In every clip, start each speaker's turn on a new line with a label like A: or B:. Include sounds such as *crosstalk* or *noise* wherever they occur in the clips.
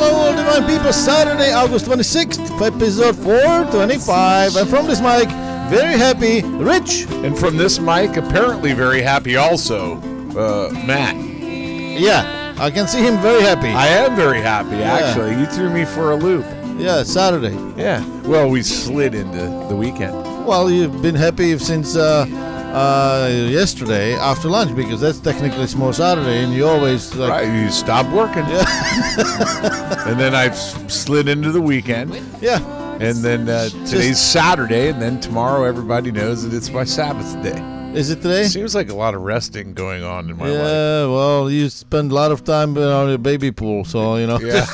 A: Fine people, Saturday, August 26th, episode 425. And from this mic, very happy, Rich.
B: And from this mic, apparently very happy also, uh, Matt.
A: Yeah, I can see him very happy.
B: I am very happy, actually. You threw me for a loop.
A: yeah, Saturday.
B: Yeah. Well, we slid into the weekend.
A: Well, you've been happy since uh, uh, yesterday after lunch because that's technically small Saturday, and you always uh, like.
B: Right. You stopped working. *laughs* and then I've s- slid into the weekend.
A: Yeah,
B: And then uh, today's Saturday. And then tomorrow, everybody knows that it's my Sabbath day.
A: is it today?
B: Seems like a lot of resting going on in my life.
A: Yeah, well, you spend a lot of time uh, on your baby pool, so you know.
B: Yeah.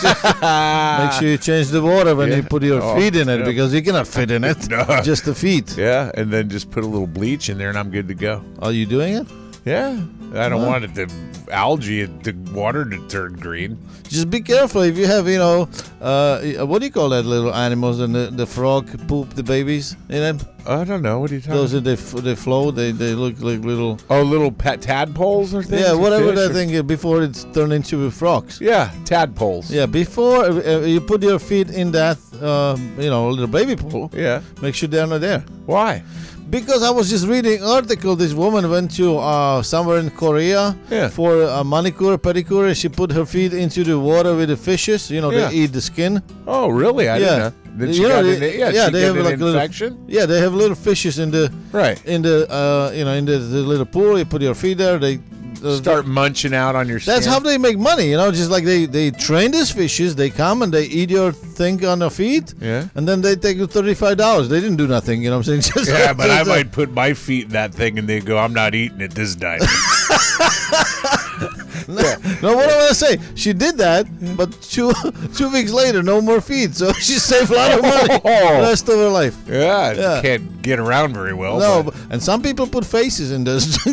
A: *laughs* Make sure you change the water when you
B: Yeah.
A: put your
B: Oh,
A: feet in it
B: yeah.
A: because you cannot fit in it.
B: *laughs* No.
A: Just the feet.
B: *laughs* yeah. And then just put a little bleach in there and I'm good to go.
A: Are you doing it?
B: Yeah. I don't want it to algae it the water to turn green.
A: Just be careful if you have, you know, uh, y- what do you call that little animals and the, the frog poop the babies in it?
B: I don't know. What are you talking
A: Those are they f- they flow. They they look like little.
B: Oh, little pet tadpoles or things?
A: Yeah,
B: or
A: whatever
B: fish
A: that
B: or-
A: thing is before it's turned into frogs.
B: Yeah, tadpoles.
A: Yeah, before uh, uh, you put your feet in that, uh, you know, little baby pool,
B: Yeah.
A: make sure they're not there.
B: Why?
A: Because I was just reading article, this woman went to uh, somewhere in Korea
B: Yeah.
A: for a manicure, pedicure, and she put her feet into the water with the fishes. You know,
B: Yeah.
A: they eat the skin.
B: Oh, really? I
A: yeah,
B: didn't know. Did she
A: You know,
B: got
A: they-
B: an, yeah, she got an infection?
A: little. Yeah, they have little fishes in the
B: Right.
A: in the uh, you know in the, the little pool. You put your feet there. They uh,
B: Start munching out on your
A: That's
B: skin.
A: how they make money, you know. Just like they they train these fishes, they come and they eat your thing on their feet,
B: Yeah.
A: and then they take you thirty five dollars. They didn't do nothing, you know. what I'm saying, *laughs* Just-
B: *laughs* Yeah, but I
A: just- uh,
B: might put my feet in that thing and they go, I'm not eating it this
A: *laughs*
B: time. *laughs*
A: No, what am I gonna say? She did that, but two *laughs* two weeks later, no more feet. So *laughs* she saved a lot of money
B: *laughs* Oh.
A: rest of her life.
B: yeah,
A: Yeah.
B: can't get around very well.
A: No,
B: but-
A: but- and some people put faces in this. *laughs*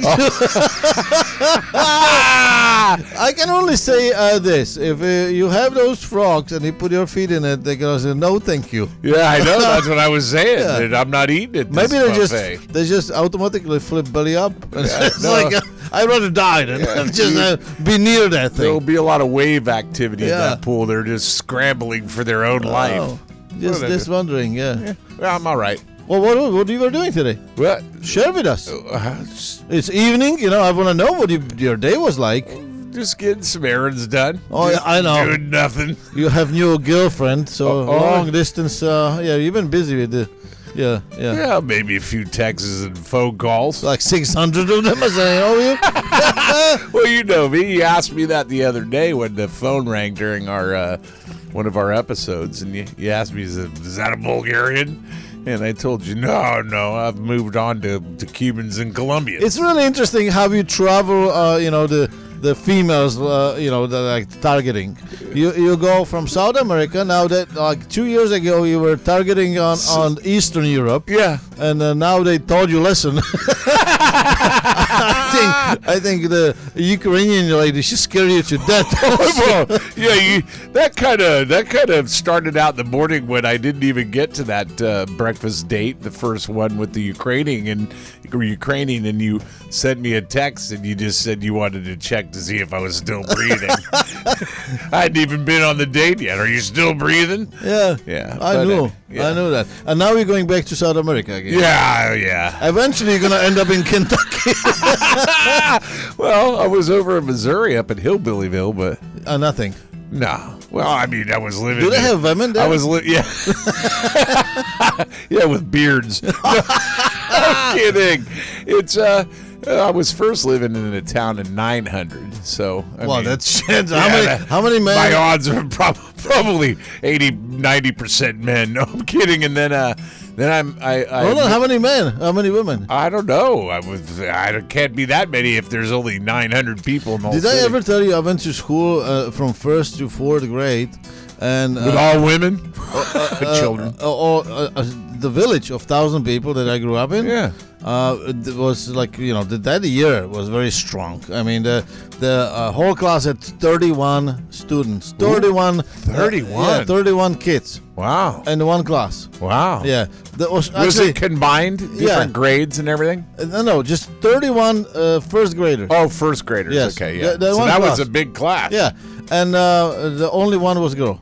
B: Oh, *laughs* Ah!
A: I can only say uh, this: if uh, you have those frogs and you put your feet in it, they're gonna say no, thank you.
B: Yeah, I know. That's what I *laughs* was saying.
A: Yeah.
B: that I'm not eating it. This
A: Maybe they just
B: buffet.
A: they just automatically flip belly
B: *laughs*
A: up. And it's
B: no.
A: like uh, I'd rather die than
B: Yeah,
A: *laughs* just
B: you-
A: uh, be near that
B: There'll
A: thing.
B: be a lot of wave activity in
A: Yeah.
B: that pool. They're just scrambling for their own
A: Oh,
B: life.
A: just
B: they
A: just
B: do?
A: wondering, yeah.
B: Well, I'm all right.
A: Well, what what you were doing today?
B: Well,
A: Share with us.
B: uh, s-
A: It's evening, you know. I want to know what you, your day was like.
B: just getting some errands done.
A: Oh, yeah,
B: Just
A: I know.
B: Doing nothing.
A: You have new girlfriend, so
B: Oh, oh.
A: long distance. Uh, yeah, you've been busy with the, yeah, yeah.
B: Yeah, maybe a few texts and phone calls.
A: Like 600 of them, I say, oh, you?
B: Well, you know me. You asked me that the other day when the phone rang during our uh, one of our episodes, and you, you asked me, "Is it- is that a Bulgarian?" And I told you, "No, no, I've moved on to, to Cubans and Colombians."
A: It's really interesting how you travel. Uh, you know the the females. Uh, you know the like targeting. You you go from South America now. That like two years ago you were targeting on on Eastern Europe.
B: yeah.
A: and uh, now they told you lesson. *laughs* I think I think the Ukrainian lady she scared you to death.
B: Well, yeah, you, that kind of that kind of started out in the morning when I didn't even get to that uh, breakfast date, the first one with the Ukrainian and Ukrainian, and you sent me a text and you just said you wanted to check to see if I was
A: *laughs*
B: still breathing. I hadn't even been on the date yet. Are you still breathing?
A: yeah,
B: *laughs* Yeah,
A: I
B: but,
A: knew,
B: uh, yeah.
A: I knew that. And now we're going back to South America again.
B: Yeah, yeah.
A: Eventually, you're gonna end up in Kentucky. *laughs*
B: Well, I was over in Missouri up at Hillbillyville, but
A: uh, nothing.
B: No. Well, I mean, I was living.
A: Do they
B: in-
A: have women there?
B: uh, I was li- yeah, yeah, *laughs* with beards. *laughs* No, I'm kidding. It's uh, I was first living in a town in 900. So I
A: Well,
B: mean,
A: that's *laughs* shit. How
B: yeah,
A: many?
B: that-
A: how many men?
B: My odds are *laughs* prob- probably 80, 90 percent men. *laughs* No, I'm kidding. And then uh, then I'm I I,
A: Hold on, how many men? How many women?
B: I don't know. I was I don't- can't be that many if there's only 900 people in the whole
A: Did I
B: city.
A: ever tell you I went to school uh, from first to fourth grade, and
B: with
A: uh,
B: all women, children.
A: uh, or, uh, uh, the village of thousand people that I grew up in?
B: Yeah.
A: Uh, it was like you know the, that year was very strong. I mean the the uh, whole class had 31 students, 31,
B: 31.
A: yeah, 31 kids
B: Wow.
A: in one class.
B: Wow.
A: Uh, Yeah, that was
B: Was
A: actually
B: it combined? Different
A: Yeah.
B: grades and everything?
A: no no just 31 uh, first graders.
B: Oh, first graders.
A: Yes.
B: Okay,
A: Yeah,
B: yeah.
A: that
B: so
A: one
B: that
A: class.
B: was a big class.
A: Yeah, and uh, the only one was girl.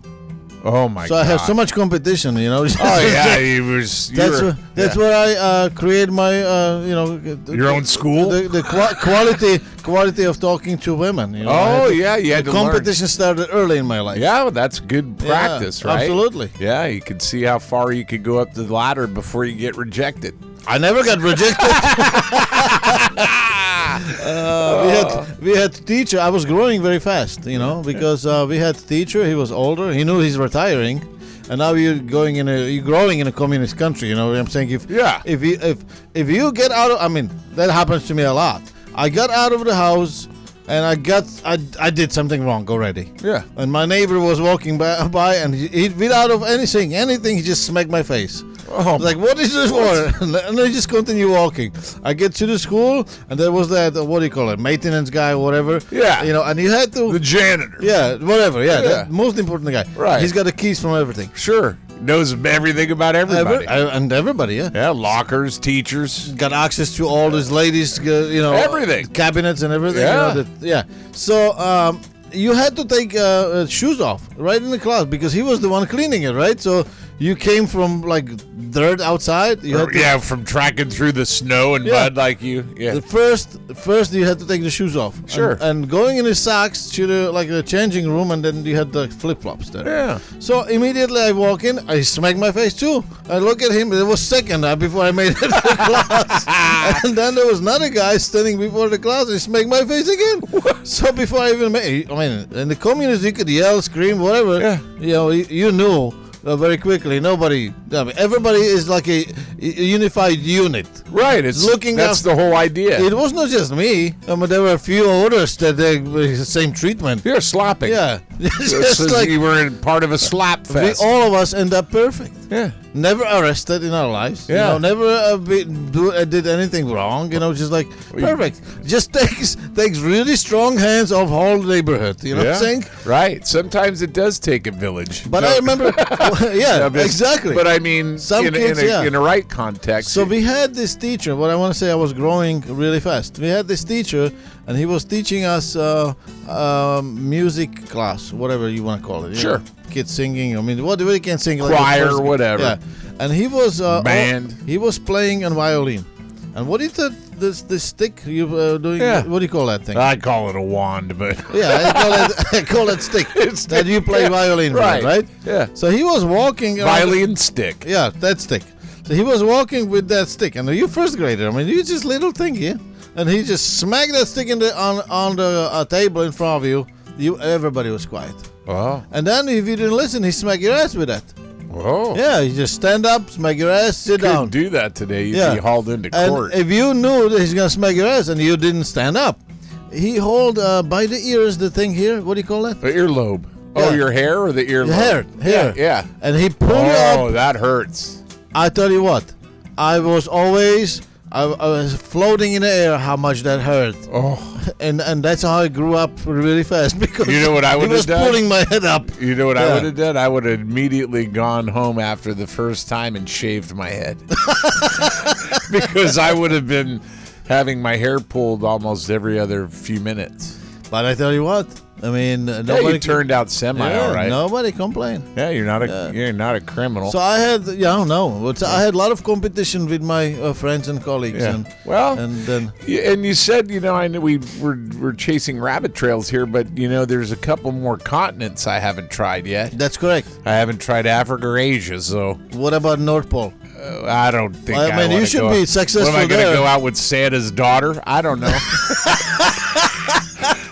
B: Oh my
A: so
B: god!
A: I have so much competition, you *laughs* know.
B: *laughs* Oh yeah, you was. You
A: That's
B: were,
A: where, that's
B: yeah.
A: where I uh, create my uh, you know the-
B: Your own school?
A: the, the qua- quality quality of talking to women. You know, I
B: Oh
A: had to-
B: yeah, you had to learn.
A: competition started early in my life.
B: Yeah, well, that's good practice, right?
A: absolutely.
B: Yeah, you can see how far you could go up the ladder before you get rejected.
A: I never got
B: *laughs*
A: rejected. Uh, we had we had teacher. I was growing very fast, you know, because uh, we had teacher. He was older. He knew he's retiring, and now you're going in a you're growing in a communist country. You know what I'm saying? If
B: Yeah.
A: if you if if you get out of, I mean, that happens to me a lot. I got out of the house, and I got I, I did something wrong already.
B: Yeah.
A: And my neighbor was walking by, by and he, he without of anything, anything, he just smacked my face.
B: Oh,
A: Like, what is this for? *laughs* and I just continue walking. I get to the school, and there was that, uh, what do you call it, maintenance guy or whatever.
B: Yeah.
A: You know, and you had to.
B: the janitor.
A: yeah, whatever. Yeah,
B: Yeah.
A: that most important guy.
B: Right.
A: He's got the keys from everything.
B: Sure, knows everything about everybody.
A: Ever, I- and everybody, yeah.
B: yeah, lockers, teachers.
A: Got access to all these ladies, uh, you know,
B: Everything.
A: cabinets and everything. you
B: Yeah.
A: know, that- yeah. So um, you had to take uh, uh, shoes off right in the class because he was the one cleaning it, right? So you came from like dirt outside. You had to
B: Yeah, from tracking through the snow and
A: Yeah.
B: mud like you. Yeah.
A: The first, first you had to take the shoes off.
B: Sure.
A: And, and going in the socks to the like the changing room, and then you had the flip flops there.
B: Yeah.
A: So immediately I walk in, I smack my face too. I look at him. It was second uh, before I made it to the *laughs* class, and then there was another guy standing before the class. He smacked my face again. So before I even made, I mean, in the communists you could yell, scream, whatever.
B: Yeah.
A: You know, you, you knew. Uh, very quickly, nobody. I mean, everybody is like a, a unified unit.
B: Right. It's
A: Looking
B: That's
A: out-
B: the whole idea.
A: It was not just me. I mean, there were a few others that they were the same treatment.
B: You're slopping.
A: Yeah, *laughs* It's
B: Just
A: just like
B: you were in part of a slap
A: we,
B: fest.
A: all of us end up perfect.
B: yeah.
A: Never arrested in our lives.
B: Yeah.
A: You know, never uh, be, do, uh, did anything wrong. You know, just like
B: you-
A: perfect. Just takes takes really strong hands of whole neighborhood. You know
B: yeah.
A: what I'm saying?
B: Right. Sometimes it does take a village.
A: But
B: No,
A: I
B: *laughs*
A: remember, *laughs* yeah,
B: I mean,
A: exactly.
B: But I mean,
A: Some
B: in, a-
A: kids,
B: in, a,
A: yeah.
B: in a right context.
A: So we had this teacher. What I want to say, I was growing really fast. We had this teacher, and he was teaching us uh, um, music class, whatever you want to call it. you
B: Sure.
A: know, kids singing. I mean, what we can sing like
B: Choir,
A: a first-
B: whatever.
A: Yeah, and he was uh, all-
B: Band.
A: he was playing on violin, and what is that? This this stick you uh, doing?
B: Yeah. Uh,
A: What do you call that thing?
B: I call it a
A: *laughs*
B: wand, but
A: yeah, I call it *laughs* I call it stick.
B: *laughs* It's-
A: that you play
B: yeah,
A: violin, with,
B: right,
A: Right.
B: yeah.
A: So he was walking. around-
B: violin stick.
A: yeah, that stick. So he was walking with that stick, and you first grader. I mean, you just little thing here, and he just smacked that stick in the on on the uh, table in front of you. You everybody was quiet,
B: Oh,
A: and then if you didn't listen, he smacked your ass with that.
B: oh.
A: Yeah, you just stand up, smack your ass, sit down.
B: Couldn't do that today. You'd
A: Yeah.
B: be hauled into court.
A: And if you knew that he's gonna smack your ass and you didn't stand up, he hold uh, by the ears the thing here. What do you call that?
B: the earlobe. Oh,
A: Yeah.
B: your hair or the earlobe?
A: The hair, hair.
B: Yeah. yeah.
A: And he pulled you up
B: Oh, that hurts.
A: I tell you what, I was always I, I was floating in the air. How much that hurt,
B: *laughs* Oh,
A: and and that's how I grew up really fast *laughs* because
B: You know what I
A: he
B: would've
A: was
B: done?
A: pulling my head up.
B: you know what I
A: Yeah.
B: would have done? I would have immediately gone home after the first time and shaved my head *laughs* because I would have been having my hair pulled almost every other few minutes.
A: But I tell you what, I mean uh,
B: Yeah,
A: nobody
B: you turned out semi
A: yeah,
B: all right.
A: Nobody complained.
B: Yeah, you're not a you're not a criminal.
A: So I had yeah I don't know. But I had a lot of competition with my uh, friends and colleagues.
B: Yeah.
A: And,
B: Well-
A: and then
B: Yeah, and you said, you know, I know we we're, we're chasing rabbit trails here, but you know, there's a couple more continents I haven't tried yet.
A: that's correct.
B: I haven't tried Africa or Asia, so
A: What about North Pole?
B: uh, I don't think.
A: I mean, you
B: wanna
A: should
B: go
A: be
B: out-
A: successful
B: What am I
A: there.
B: to go out with Santa's daughter? I
A: *laughs*
B: don't know.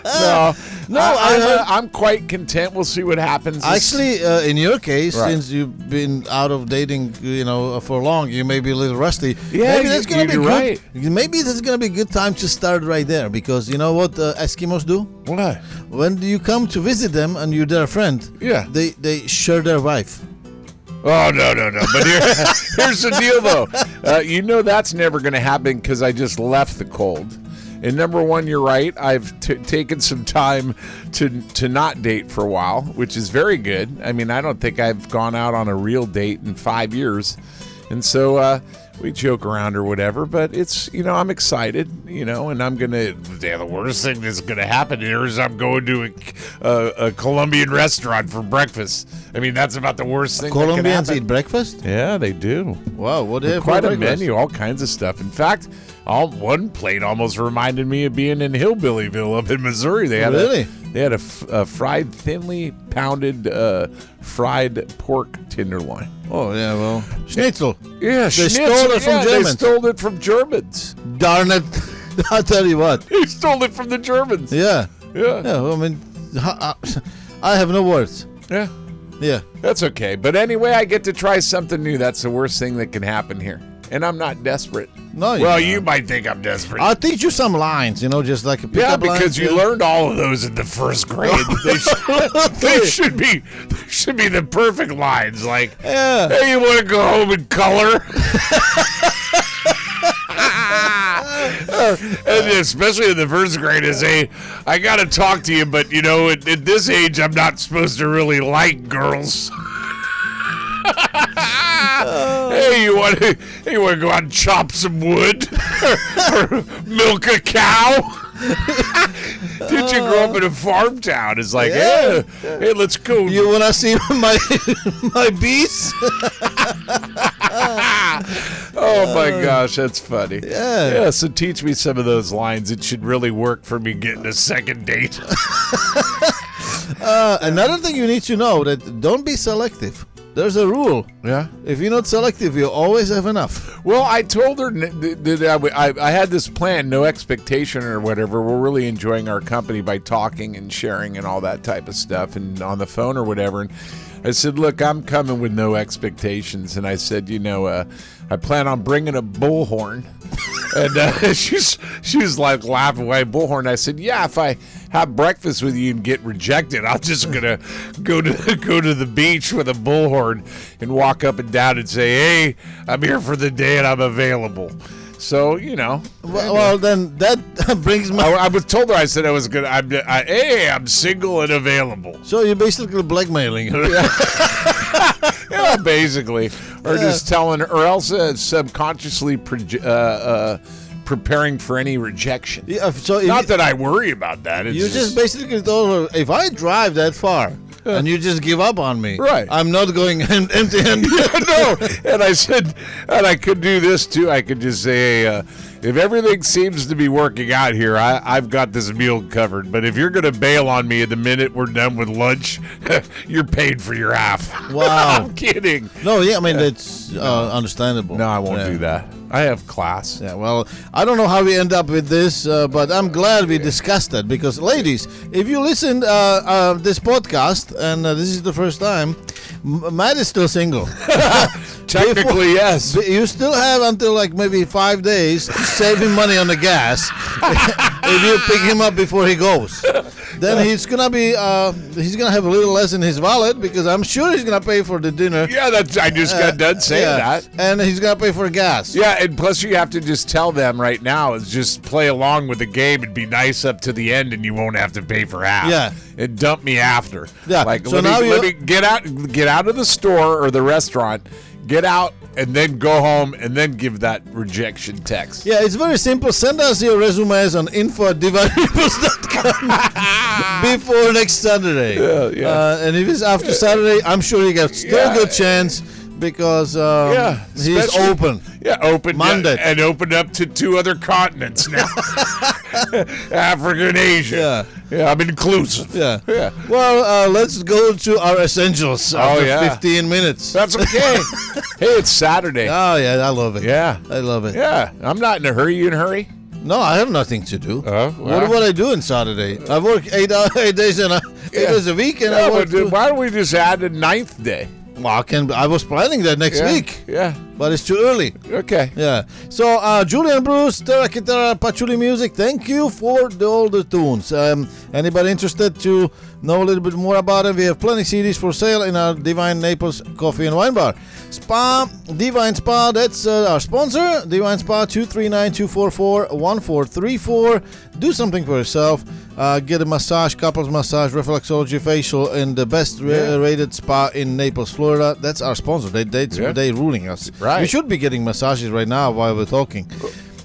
B: no, no,
A: I
B: I, am
A: heard-
B: I'm quite content. We'll see what happens.
A: Actually, uh, in your case,
B: Right.
A: since you've been out of dating, you know, uh, for long, you may be a little rusty.
B: Yeah,
A: maybe
B: you-
A: that's gonna
B: you're
A: be good.
B: right.
A: Maybe that's gonna be a good time to start right there because you know what uh, Eskimos do
B: what?
A: when you come to visit them and you're their friend.
B: Yeah.
A: they they share their wife.
B: Oh no no no! But here, *laughs* here's the deal though. Uh, you know that's never going to happen because I just left the cold. And number one, you're right. I've t- taken some time to to not date for a while, which is very good. I mean, I don't think I've gone out on a real date in five years, and so uh, we joke around or whatever, but it's you know I'm excited, you know, and I'm gonna. Yeah, the worst thing that's gonna happen here is I'm going to a, a, a Colombian restaurant for breakfast. I mean, that's about the worst thing. that could
A: Colombians
B: happen.
A: eat breakfast?
B: Yeah, they do.
A: Wow, what do they have for
B: Quite a
A: breakfast?
B: menu, all kinds of stuff. In fact, all one plate almost reminded me of being in Hillbillyville up in Missouri. They had
A: Really?
B: a, they had a, f- a fried, thinly pounded uh, fried pork tenderloin.
A: Oh yeah, well, schnitzel.
B: Yeah,
A: They stole it from
B: yeah, They
A: Germans.
B: stole it from Germans. *laughs*
A: Darn it! *laughs* I'll tell you what.
B: They stole it from the Germans.
A: Yeah,
B: Yeah, yeah.
A: yeah. I mean, I *laughs* I have no words. Yeah.
B: That's okay. But anyway, I get to try something new. That's the worst thing that can happen here. And I'm not desperate.
A: No, you're
B: Well,
A: not.
B: you might think I'm desperate.
A: I'll teach you some lines, you know, just like a pickup
B: yeah,
A: line.
B: because you learned all of those in the first grade. they, should, they should be they should be the perfect lines. Like,
A: Yeah.
B: hey, you want to go home and color? *laughs* and especially in the first grade, is hey, I gotta talk to you, but you know, at, at this age, I'm not supposed to really like girls. *laughs* Hey, you want to? Hey, you want to go out and chop some wood *laughs* or, or milk a cow? *laughs* Did you grow up in a farm town? It's like,
A: Yeah.
B: "Yeah, hey, let's go.
A: You wanna
B: *laughs*
A: see my my bees?
B: oh my gosh, that's funny.
A: Yeah.
B: yeah. So teach me some of those lines. It should really work for me getting a second date.
A: *laughs* Uh, another thing you need to know that don't be selective. There's a rule.
B: Yeah.
A: If you're not selective, you always have enough.
B: Well, I told her n- th- that I, w- I- I had this plan, no expectation or whatever. We're really enjoying our company by talking and sharing and all that type of stuff and on the phone or whatever. And I said, Look, I'm coming with no expectations. And I said, You know, uh, I plan on bringing a bullhorn. and uh, *laughs* she's, she's like laughing away, bullhorn. I said, Yeah, if I have breakfast with you and get rejected, I'm just going to go to *laughs* go to the beach with a bullhorn and walk up and down and say, Hey, I'm here for the day and I'm available. So, you know,
A: Well, well then that *laughs* brings my.
B: I, I was told her I said I was gonna. I'm, I, hey, I'm single and available. *laughs*
A: So you're basically blackmailing her.
B: Yeah, basically, or just telling, her, or else uh, subconsciously proje- uh, uh, preparing for any rejection.
A: Yeah, so if
B: Not
A: you,
B: that I worry about that. It's
A: you just basically told her, if I drive that far and you just give up on me,
B: Right.
A: I'm not going *laughs* empty-handed.
B: *laughs* *laughs* no. And I said, and I could do this too. I could just say, hey, uh, if everything seems to be working out here, I, I've got this meal covered. But if you're gonna bail on me the minute we're done with lunch, *laughs* you're paid for your half. *laughs*
A: Wow.
B: I'm kidding.
A: No, yeah, I mean that's uh, understandable.
B: No, I won't
A: Yeah.
B: do that. I have class.
A: Yeah, well, I don't know how we end up with this, uh, but I'm glad we discussed that because, ladies, if you listen uh, uh, this podcast and uh, this is the first time, M- Matt is still single. *laughs*
B: Technically, yes.
A: But you still have until like maybe five days to save him money on the gas *laughs* if you pick him up before he goes. Then he's gonna be uh, he's gonna have a little less in his wallet because I'm sure he's gonna pay for the dinner.
B: Yeah, that's. I just got done saying
A: Yeah,
B: that.
A: and he's gonna pay for gas.
B: Yeah, and plus you have to just tell them right now is just play along with the game and be nice up to the end, and you won't have to pay for half.
A: Yeah.
B: and dump me after.
A: Yeah,
B: like
A: so
B: let,
A: now
B: me,
A: you-
B: let me get out, get out of the store or the restaurant, get out, and then go home, and then give that rejection text.
A: Yeah, it's very simple. Send us your resumes on info at
B: *laughs*
A: before next Saturday.
B: Yeah, yeah.
A: Uh, and if it's after Saturday, I'm sure you got still
B: Yeah.
A: good chance because um,
B: Yeah,
A: he's
B: especially-
A: open.
B: Yeah, open
A: Monday.
B: and opened up to two other continents
A: *laughs*
B: now. Africa and Asia. Yeah, yeah, I'm inclusive.
A: Yeah.
B: yeah. Oh,
A: Well, uh, let's go to our essentials after
B: yeah.
A: 15 minutes. *laughs*
B: That's okay. hey, it's Saturday.
A: Oh, yeah, I love it.
B: Yeah.
A: I love it.
B: Yeah. I'm not in a hurry. You in a hurry?
A: No, I have nothing to do.
B: Oh,
A: What
B: wow.
A: would I do on Saturday? I work eight, hour, *laughs* eight days in a, eight
B: Yeah.
A: days a week, and I
B: No,
A: work.
B: but uh,
A: two-
B: why don't we just add a ninth day?
A: Well, I, can, I was planning that next
B: Yeah.
A: week,
B: Yeah.
A: but it's too early.
B: Okay.
A: Yeah. So uh, Julian Bruce, Terra Kitara, Patchouli Music. Thank you for the, all the tunes. Um, anybody interested to know a little bit more about it? We have plenty CDs for sale in our Divine Naples Coffee and Wine Bar, Spa Divine Spa. That's uh, our sponsor. Divine Spa two three nine two four four one four three four. do something for yourself. Uh, get a massage, couples massage, reflexology facial in the best ra-
B: Yeah.
A: rated spa in Naples, Florida. That's our sponsor. They they
B: Yeah.
A: they ruling us.
B: Right.
A: We should be getting massages right now while we're talking.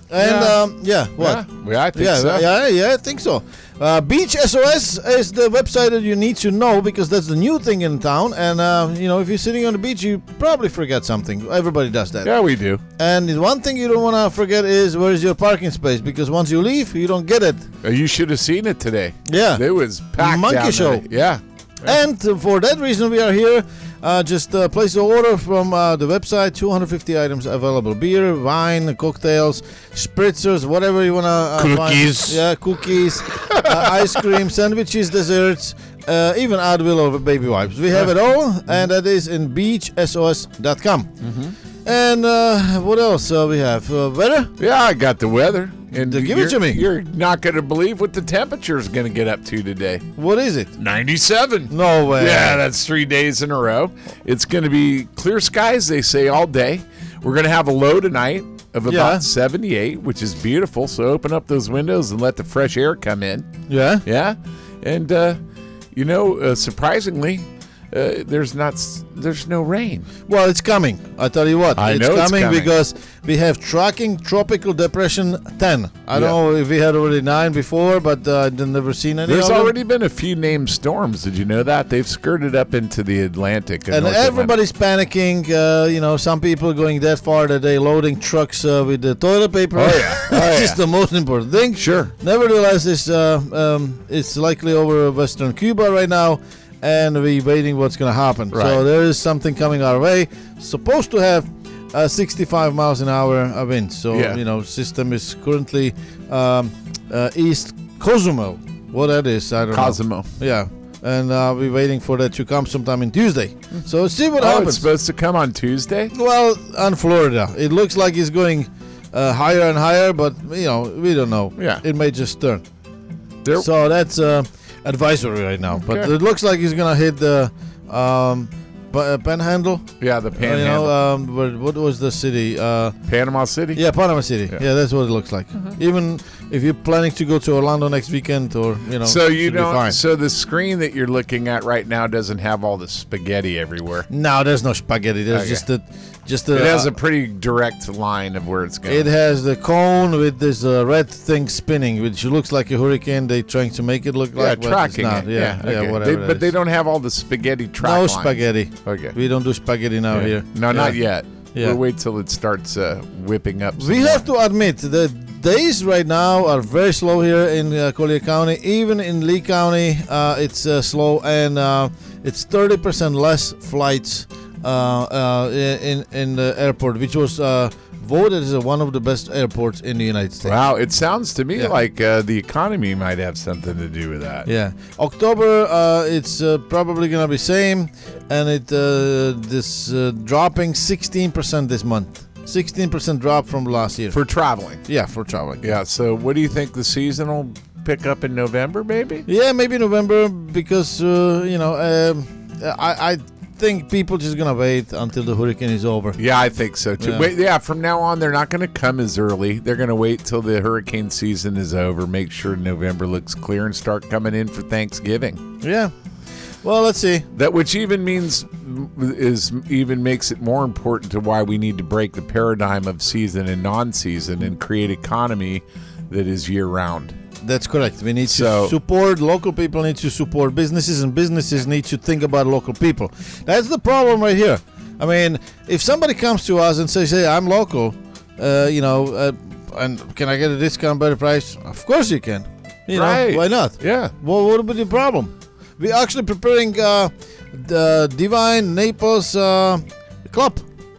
A: And
B: Yeah.
A: yeah, um, yeah what?
B: Yeah, yeah, I think
A: yeah,
B: so.
A: yeah, yeah, I think so. Uh, Beach SOS is the website that you need to know because that's the new thing in town. And uh, you know, if you're sitting on the beach, you probably forget something. Everybody does that.
B: Yeah, we do.
A: And the one thing you don't want to forget is where is your parking space because once you leave, you don't get it.
B: Uh, You should have seen it today.
A: Yeah.
B: It was packed.
A: Monkey
B: down
A: show.
B: there. Yeah.
A: And uh, for that reason, we are here. Uh, just uh, place the order from uh, the website. 250 items available: beer, wine, cocktails, spritzers, whatever you wanna. Uh, find.
B: Cookies.
A: Yeah, cookies, uh,
B: *laughs*
A: ice cream, sandwiches, desserts, uh, even Advil or baby wipes. We have it all, and that is in beachsos.com.
B: Mm-hmm.
A: And uh, what else uh, we have? Uh, weather?
B: Yeah, I got the weather. And
A: Then give it
B: you're-
A: to me.
B: You're not going to believe what the temperature is going to get up to today.
A: What is it?
B: 97.
A: No way.
B: Yeah, that's three days in a row. It's going to be clear skies, they say, all day. We're going to have a low tonight of about
A: Yeah.
B: 78, which is beautiful. So open up those windows and let the fresh air come in.
A: Yeah.
B: Yeah. And, uh, you know, uh, surprisingly, uh, there's not s- there's no rain.
A: Well, it's coming. I tell you what,
B: I
A: it's,
B: know it's
A: coming
B: coming.
A: because we have tracking tropical depression ten. I
B: Yeah.
A: don't know if we had already nine before, but uh, I've never seen any.
B: There's
A: of them.
B: already been a few named storms. Did you know that? They've skirted up into the Atlantic.
A: and
B: North Atlantic.
A: everybody's panicking. Uh, you know, some people going that far that they loading trucks uh, with the toilet paper.
B: Oh, yeah.
A: *laughs*
B: Oh,
A: which is
B: yeah.
A: the most important thing.
B: Sure.
A: Nevertheless, it's uh, um, it's likely over Western Cuba right now, and we're waiting what's going to happen.
B: Right.
A: So there is something coming our way. Supposed to have uh, 65 miles an hour uh, wind. So
B: Yeah.
A: you know, system is currently um, uh, east Cozumel. What that is, I don't know.
B: Cosmo.
A: Yeah. And uh, we're waiting for that to come sometime in Tuesday. So see what
B: Oh, it's
A: happens.
B: supposed to come on Tuesday?
A: Well, on Florida, it looks like it's going uh, higher and higher, but you know we don't know.
B: Yeah.
A: it may just turn.
B: There,
A: So that's uh, advisory right now, but
B: Okay.
A: it looks like he's gonna hit the um, pa- uh, Panhandle.
B: yeah, the
A: You
B: Panhandle.
A: know, um, what- what was the city? Uh,
B: Panama City?
A: yeah, Panama City.
B: Yeah. Mm-hmm.
A: Yeah. that's what it looks like. Even if you're planning to go to Orlando next weekend, or you know,
B: So you
A: should be
B: don't.
A: fine.
B: So the screen that you're looking at right now doesn't have all the spaghetti everywhere.
A: No, there's no spaghetti. There's
B: Okay.
A: just a, just a.
B: It has a pretty direct line of where it's going.
A: It has the cone with this uh, red thing spinning, which looks like a hurricane. They trying to make it look
B: yeah,
A: like but it's
B: tracking
A: not.
B: it.
A: Yeah, yeah,
B: okay.
A: whatever.
B: They-
A: that
B: but they
A: is.
B: don't have all the spaghetti track.
A: No
B: line.
A: spaghetti.
B: Okay.
A: We don't do spaghetti now
B: Yeah.
A: here.
B: No, not
A: Yeah.
B: yet.
A: Yeah.
B: We'll wait till it starts uh, whipping up. some
A: We
B: more.
A: have to admit the days right now are very slow here in uh, Collier County. Even in Lee County, uh, it's uh, slow, and uh, it's 30% less flights uh, uh, in in the airport, which was uh, voted as one of the best airports in the United States.
B: Wow, it sounds to me
A: Yeah.
B: like uh, the economy might have something to do with that.
A: Yeah, October. Uh, it's uh, probably gonna be same, and it uh, this uh, dropping 16% this month. 16% drop from last year.
B: For traveling.
A: yeah, for traveling.
B: Yeah. So what do you think the seasonal pickup in November, maybe?
A: Yeah, maybe November because uh, you know um, I I think people just gonna wait until the hurricane is over.
B: Yeah, I think so too.
A: Yeah.
B: Wait, yeah, from now on, they're not going to come as early. They're going to wait till the hurricane season is over, make sure November looks clear, and start coming in for Thanksgiving.
A: Yeah. Well, let's see.
B: That which even means is even makes it more important to why we need to break the paradigm of season and non-season and create economy that is year-round.
A: That's correct. We need
B: So-
A: to support local people. Need to support businesses, and businesses need to think about local people. That's the problem right here. I mean, if somebody comes to us and says, "Hey, I'm local," uh, you know, uh, and can I get a discount, better price? Of course you can. You
B: Right.
A: know, why not?
B: Yeah.
A: Well, what would be the problem? We're actually preparing uh, the Divine Naples uh, Club,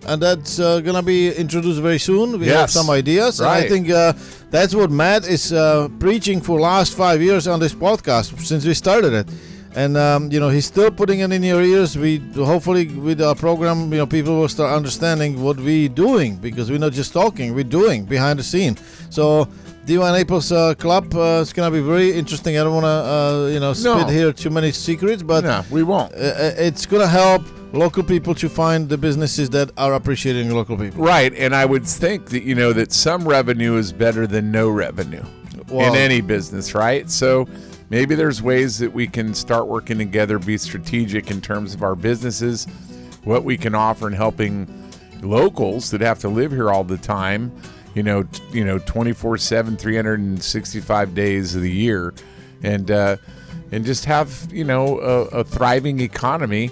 A: and that's uh, gonna be introduced very soon. We have
B: Yes.
A: some ideas, and
B: Right.
A: I think uh, that's what Matt is uh, preaching for last five years on this podcast since we started it. And um, you know he's still putting it in your ears. We hopefully with our program, you know, people will start understanding what we're doing because we're not just talking; we're doing behind the scene. So D1 Naples uh, Club uh, it's gonna be very interesting. I don't wanna uh, you know spit
B: No.
A: here too many secrets, but
B: no, we won't.
A: uh, it's gonna help local people to find the businesses that are appreciating local people.
B: Right, and I would think that you know that some revenue is better than no revenue.
A: Well-
B: in any business, right? So maybe there's ways that we can start working together, be strategic in terms of our businesses, what we can offer in helping locals that have to live here all the time, you know, t- you know, 24/7, 365 days of the year, and uh, and just have you know a, a thriving economy,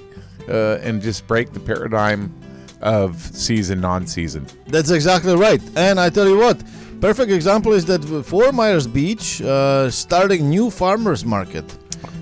B: uh, and just break the paradigm of season non-season.
A: That's exactly right. And I tell you what, perfect example is that Four Myers Beach uh, starting new farmers market,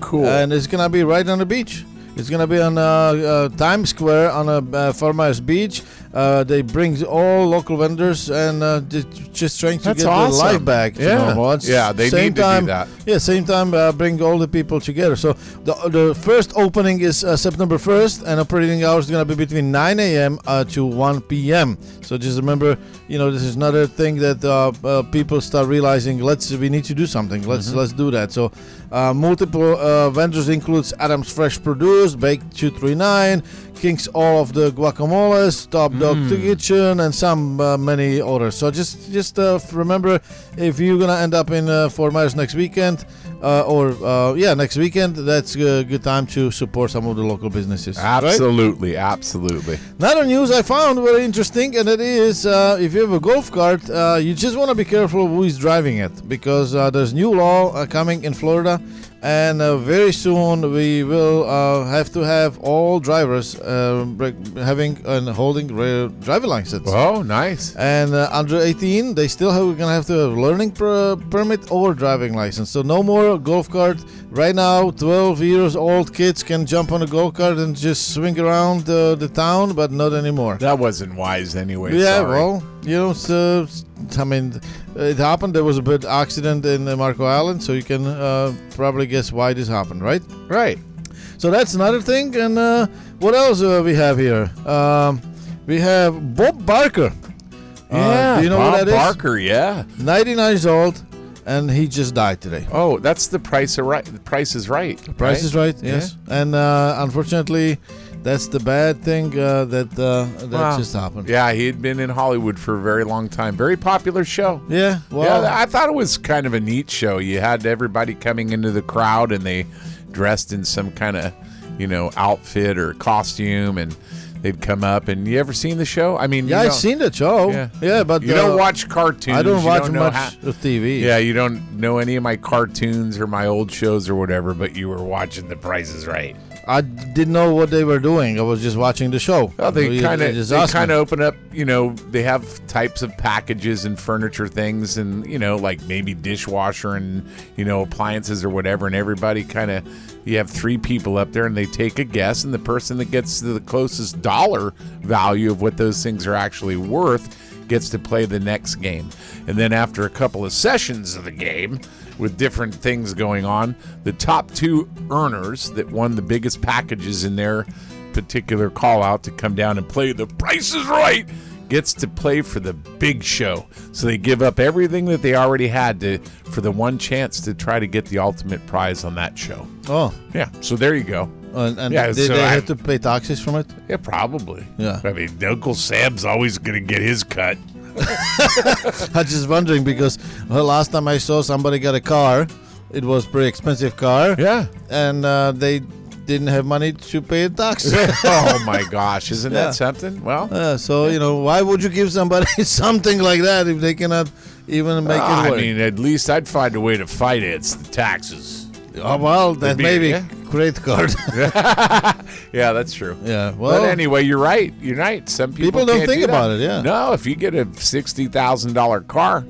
B: Cool.
A: and it's gonna be right on the beach. It's gonna be on uh, uh, Times Square on a uh, Four Myers Beach. Uh, they bring all local vendors and uh, ju- just trying to
B: That's
A: get
B: awesome.
A: their life back. you
B: Yeah.
A: know, once-
B: Yeah, they
A: same
B: need to do
A: time,
B: that.
A: Yeah, same time uh, bring all the people together. So the the first opening is uh, September 1st, and operating hours is gonna be between 9 a.m. Uh, to 1 p.m. So just remember, you know, this is another thing that uh, uh, people start realizing. Let's we need to do something. Let's
B: Mm-hmm.
A: let's do that. So uh, multiple uh, vendors includes Adams Fresh Produce, Baked 239, Kings all of the guacamoles, Top Dog Kitchen, and some uh, many others. So just just uh, f- remember, if you're gonna end up in uh, Fort Myers next weekend, uh, or uh, yeah, next weekend, that's a good time to support some of the local businesses. right?
B: Absolutely, absolutely.
A: Another news I found very interesting, and it is uh, if you have a golf cart, uh, you just want to be careful who is driving it because uh, there's new law uh, coming in Florida, and uh, very soon we will uh, have to have all drivers uh, break- having and holding re- driver license.
B: Oh, nice.
A: And uh, under 18, they still have, gonna have to have learning per- permit or driving license. So no more golf cart. Right now, 12 years old kids can jump on a golf cart and just swing around uh, the town, but not anymore.
B: That wasn't wise anyway.
A: yeah,
B: sorry.
A: well, you know, so, I mean, it happened. There was a bit accident in uh, Marco Island, so you can uh, probably guess why this happened, right?
B: right.
A: So that's another thing. And uh, what else uh, we have here? Um, we have Bob Barker. Uh,
B: yeah,
A: do you know
B: Bob
A: what that is?
B: Barker. Yeah.
A: 99 years old, and he just died today.
B: Oh, that's the price of right. The price is right.
A: Price
B: right?
A: is right, yes. And uh, unfortunately, that's the bad thing uh, that uh, that
B: Wow.
A: just happened.
B: Yeah, he had been in Hollywood for a very long time. Very popular show.
A: Yeah, well,
B: yeah, I thought it was kind of a neat show. You had everybody coming into the crowd, and they dressed in some kind of, you know, outfit or costume, and they'd come up. And you ever seen the show? I mean,
A: yeah,
B: you
A: I've
B: don't-
A: seen the show. Yeah, but
B: you
A: uh,
B: don't watch cartoons.
A: I don't
B: you
A: watch
B: don't know
A: much
B: how-
A: of TV.
B: Yeah, you don't know any of my cartoons or my old shows or whatever, but you were watching The Price is Right.
A: I d- didn't know what they were doing. I was just watching the show.
B: Well, they
A: You-
B: kind
A: you
B: of
A: just
B: they
A: asked me.
B: kind of open up, you know, they have types of packages and furniture things and, you know, like maybe dishwasher and, you know, appliances or whatever and everybody kind of you have three people up there and they take a guess and the person that gets to the closest dollar value of what those things are actually worth gets to play the next game. And then after a couple of sessions of the game with different things going on, the top two earners that won the biggest packages in their particular call out to come down and play the price is right gets to play for the big show. So they give up everything that they already had to for the one chance to try to get the ultimate prize on that show.
A: Oh,
B: Yeah, so there you go.
A: and, and
B: Yeah,
A: did they,
B: so I-
A: have to pay taxes from it? *laughs*
B: Yeah, probably.
A: Yeah.
B: I mean, Uncle Sam's always going to get his cut.
A: I was just wondering because uh, last time I saw somebody got a car, it was pretty expensive car.
B: Yeah.
A: and uh, they didn't have money to pay a tax.
B: *laughs* oh my gosh, isn't
A: Yeah.
B: that something? Well,
A: Uh, so you know, why would you give somebody *laughs* something like that if they cannot even make
B: ah,
A: it
B: I
A: work?
B: mean, at least I'd find a way to finance the taxes.
A: oh, well, that
B: be-
A: maybe
B: yeah.
A: credit card. *laughs*
B: Yeah, that's true.
A: yeah. Well,
B: but anyway, you're right. You're right. Some people,
A: Oh. People don't
B: can't
A: think
B: do that.
A: about it, yeah.
B: No, if you get a sixty thousand dollar car,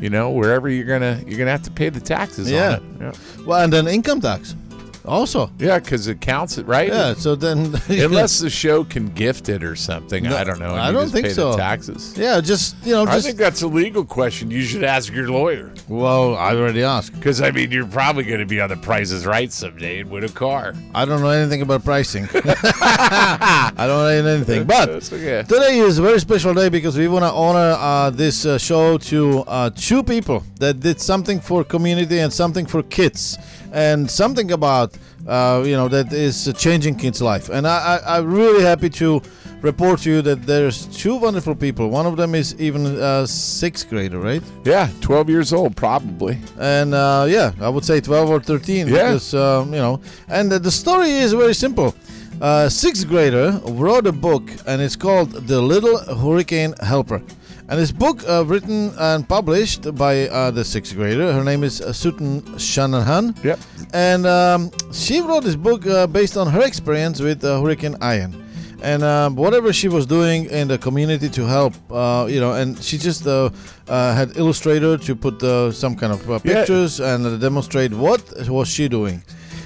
B: you know wherever you're gonna you're gonna have to pay the taxes.
A: Yeah.
B: on it. yeah,
A: well, and then income tax, also.
B: yeah, because it counts it right.
A: Yeah. *laughs* So then,
B: Unless the show can gift it or something, I don't know. and
A: I
B: you
A: don't
B: just
A: think
B: pay
A: so.
B: The taxes.
A: yeah, just you know,
B: I
A: just
B: think that's a legal question. You should ask your lawyer.
A: well, I already asked.
B: Because I mean, you're probably going to be on the prices right someday and win a car.
A: I don't know anything about pricing. *laughs* I don't know anything,
B: *laughs*
A: but
B: That's okay.
A: Today is a very special day because we want to honor uh, this uh, show to uh, two people that did something for community and something for kids and something about uh, you know that is changing kids' life. And I, I, I'm really happy to report to you that there's two wonderful people. One of them is even a sixth grader, right?
B: Yeah, 12 years old, probably.
A: And uh, yeah, I would say 12 or 13.
B: Yeah.
A: Because, um, you know, and uh, the story is very simple. Uh, sixth grader wrote a book, and it's called The Little Hurricane Helper. And this book, uh, written and published by uh, the sixth grader, her name is uh, Sutton Shanahan.
B: Yep.
A: And um, she wrote this book uh, based on her experience with uh, Hurricane Ian. And um, whatever she was doing in the community to help, uh, you know, and she just uh, uh, had illustrator to put uh, some kind of uh,
B: Yeah.
A: pictures and uh, demonstrate what was she doing.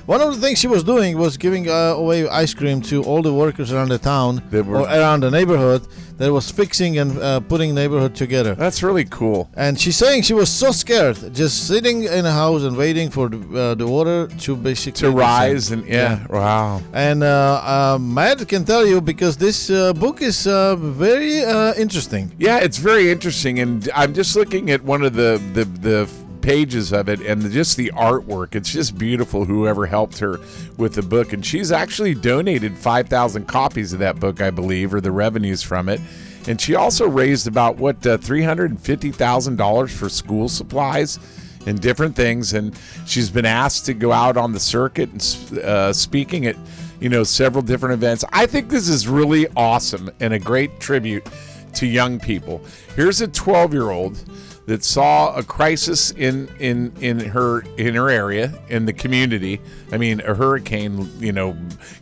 A: One of the things she was doing was giving uh, away ice cream to all the workers around the town
B: That were-
A: or around the neighborhood that was fixing and uh, putting neighborhood together.
B: That's really cool.
A: And she's saying she was so scared, just sitting in a house and waiting for the, uh, the water to basically
B: To rise and yeah, wow.
A: And uh, uh, Matt can tell you because this uh, book is uh, very uh, interesting.
B: Yeah, it's very interesting, and I'm just looking at one of the the, the pages of it, and just the artwork. It's just beautiful. Whoever helped her with the book, and she's actually donated five thousand copies of that book, I believe, or the revenues from it. And she also raised about what uh, three hundred and fifty thousand dollars for school supplies and different things. And she's been asked to go out on the circuit and s- uh, speaking at you know several different events. I think this is really awesome and a great tribute to young people. Here's a 12 year old that saw a crisis in in in her in her area in the community. I mean, a hurricane, you know,